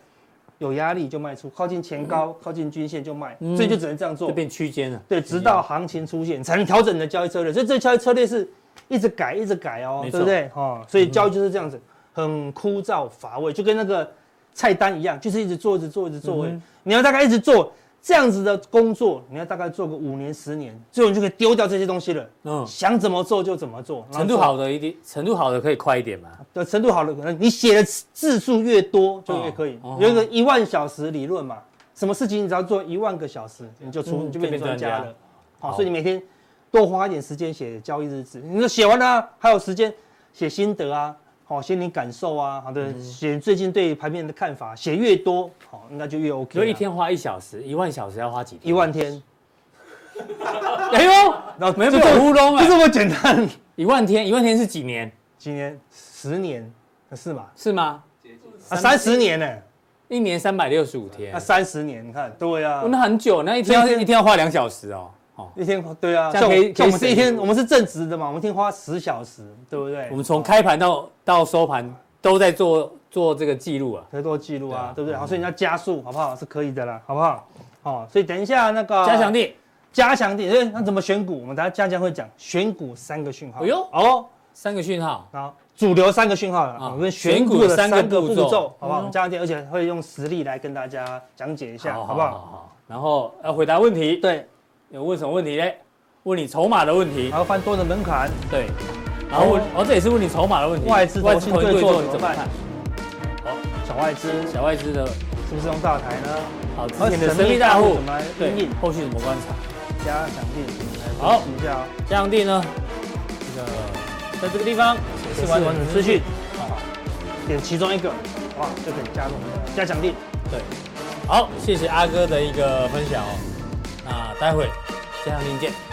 S3: 有压力就卖出，靠近前高、靠近均线就卖，
S1: 嗯
S3: 所以就只能这样
S1: 就
S3: 做，
S1: 变区间了，
S3: 对，直到行情出现，你才能调整你的交易策略。所以这个交易策略是一直改、一直改哦
S1: 没，错嗯
S3: 对不对？哦，所以交易就是这样子，很枯燥乏味，就跟那个菜单一样，就是一直做、一直做、一直做。
S1: 嗯哼
S3: 你要大概一直做这样子的工作，你要大概做个五年、十年，最后你就可以丢掉这些东西了。
S1: 嗯，
S3: 想怎么做就怎么做，然后
S1: 程度好的一定程度好的可以快一点嘛，
S3: 做，对程度好的可啊能你写的字数越多就越可以
S1: 哦哦，
S3: 有一个一万小时理论嘛，什么事情你只要做一万个小时，你就出
S1: 嗯
S3: 你就变成
S1: 就变专
S3: 专
S1: 家
S3: 家了。好，
S1: 好
S3: 所以你每天多花一点时间写交易日志，你说写完了啊还有时间写心得啊，好，写你感受啊，好
S1: 嗯
S3: 的，写最近对盘面的看法，写越多，好，应该就越 OK
S1: 所
S3: 啦。
S1: 以一天花一小时，一万小时要花几天？
S3: 一万天，
S1: 哎呦，
S3: 然后
S1: 没有
S3: 就这么
S1: 乌龙啊
S3: 就！这么简单。
S1: 一万天，一万天是几年？
S3: 今年十年是嘛？
S1: 是吗？
S4: 接近
S3: 啊，三十年呢、
S1: 一年三百六十五天
S3: 那，三十年，你看，对啊
S1: 哎哦，那很久，那一天要
S3: 所以是
S1: 一天要花两小时哦。哦，
S3: 一天对啊，
S1: 这样
S3: 像
S1: 可
S3: 我
S1: 以可以
S3: 像我
S1: 省
S3: 们是一天，
S1: 一
S3: 我们是正职的嘛，我们一天花十小时，对不对？
S1: 我们从开盘到到收盘都在做做这个记录啊。
S3: 可以做记录
S1: 对啊
S3: 啊，对不对？好，所以你要加速，好不好？是可以的啦，好不好？哦，所以等一下那个
S1: 加强力，
S3: 加强点，所以那怎么选股？我们等下加强会讲选股三个讯号。
S1: 哎呦
S3: 哦，
S1: 三个讯号，
S3: 然后主流三个讯号
S1: 啊
S3: 了，我们选股
S1: 选股
S3: 的
S1: 三
S3: 三
S1: 个
S3: 个
S1: 步
S3: 步
S1: 骤
S3: 骤，好不
S1: 嗯
S3: 好？加强点，而且会用实例来跟大家讲解一下，好不好？
S1: 好。然后要回答问题，
S3: 对，
S1: 有问什么问题嘞？问你筹码的问题
S3: 还，要翻多的门槛，
S1: 对。然后问，哦，这也是问你筹码的问题。
S3: 外资投信对
S1: 做
S3: 做
S1: 你
S3: 怎
S1: 怎
S3: 么
S1: 么
S3: 办
S1: 看？
S3: 小外资
S1: 小外资的，
S3: 是不是用大台呢？
S1: 好，之
S3: 然后
S1: 前的
S3: 啊神秘
S1: 神秘大
S3: 大户
S1: 户
S3: 怎么来，应
S1: 对
S3: 应，
S1: 后续怎么观察？
S3: 加强力，我
S1: 好
S3: 们来分析一下哦。
S1: 嘉阳地呢，这个在这个地方
S3: 解
S1: 解释
S3: 释
S1: 完
S3: 完
S1: 整
S3: 整
S1: 资
S3: 资
S1: 讯
S3: 讯，，好，点其中一个，好不好？就可以加入我们的加强力。
S1: 对，好，谢谢阿哥的一个分享哦，那待会嘉阳地见。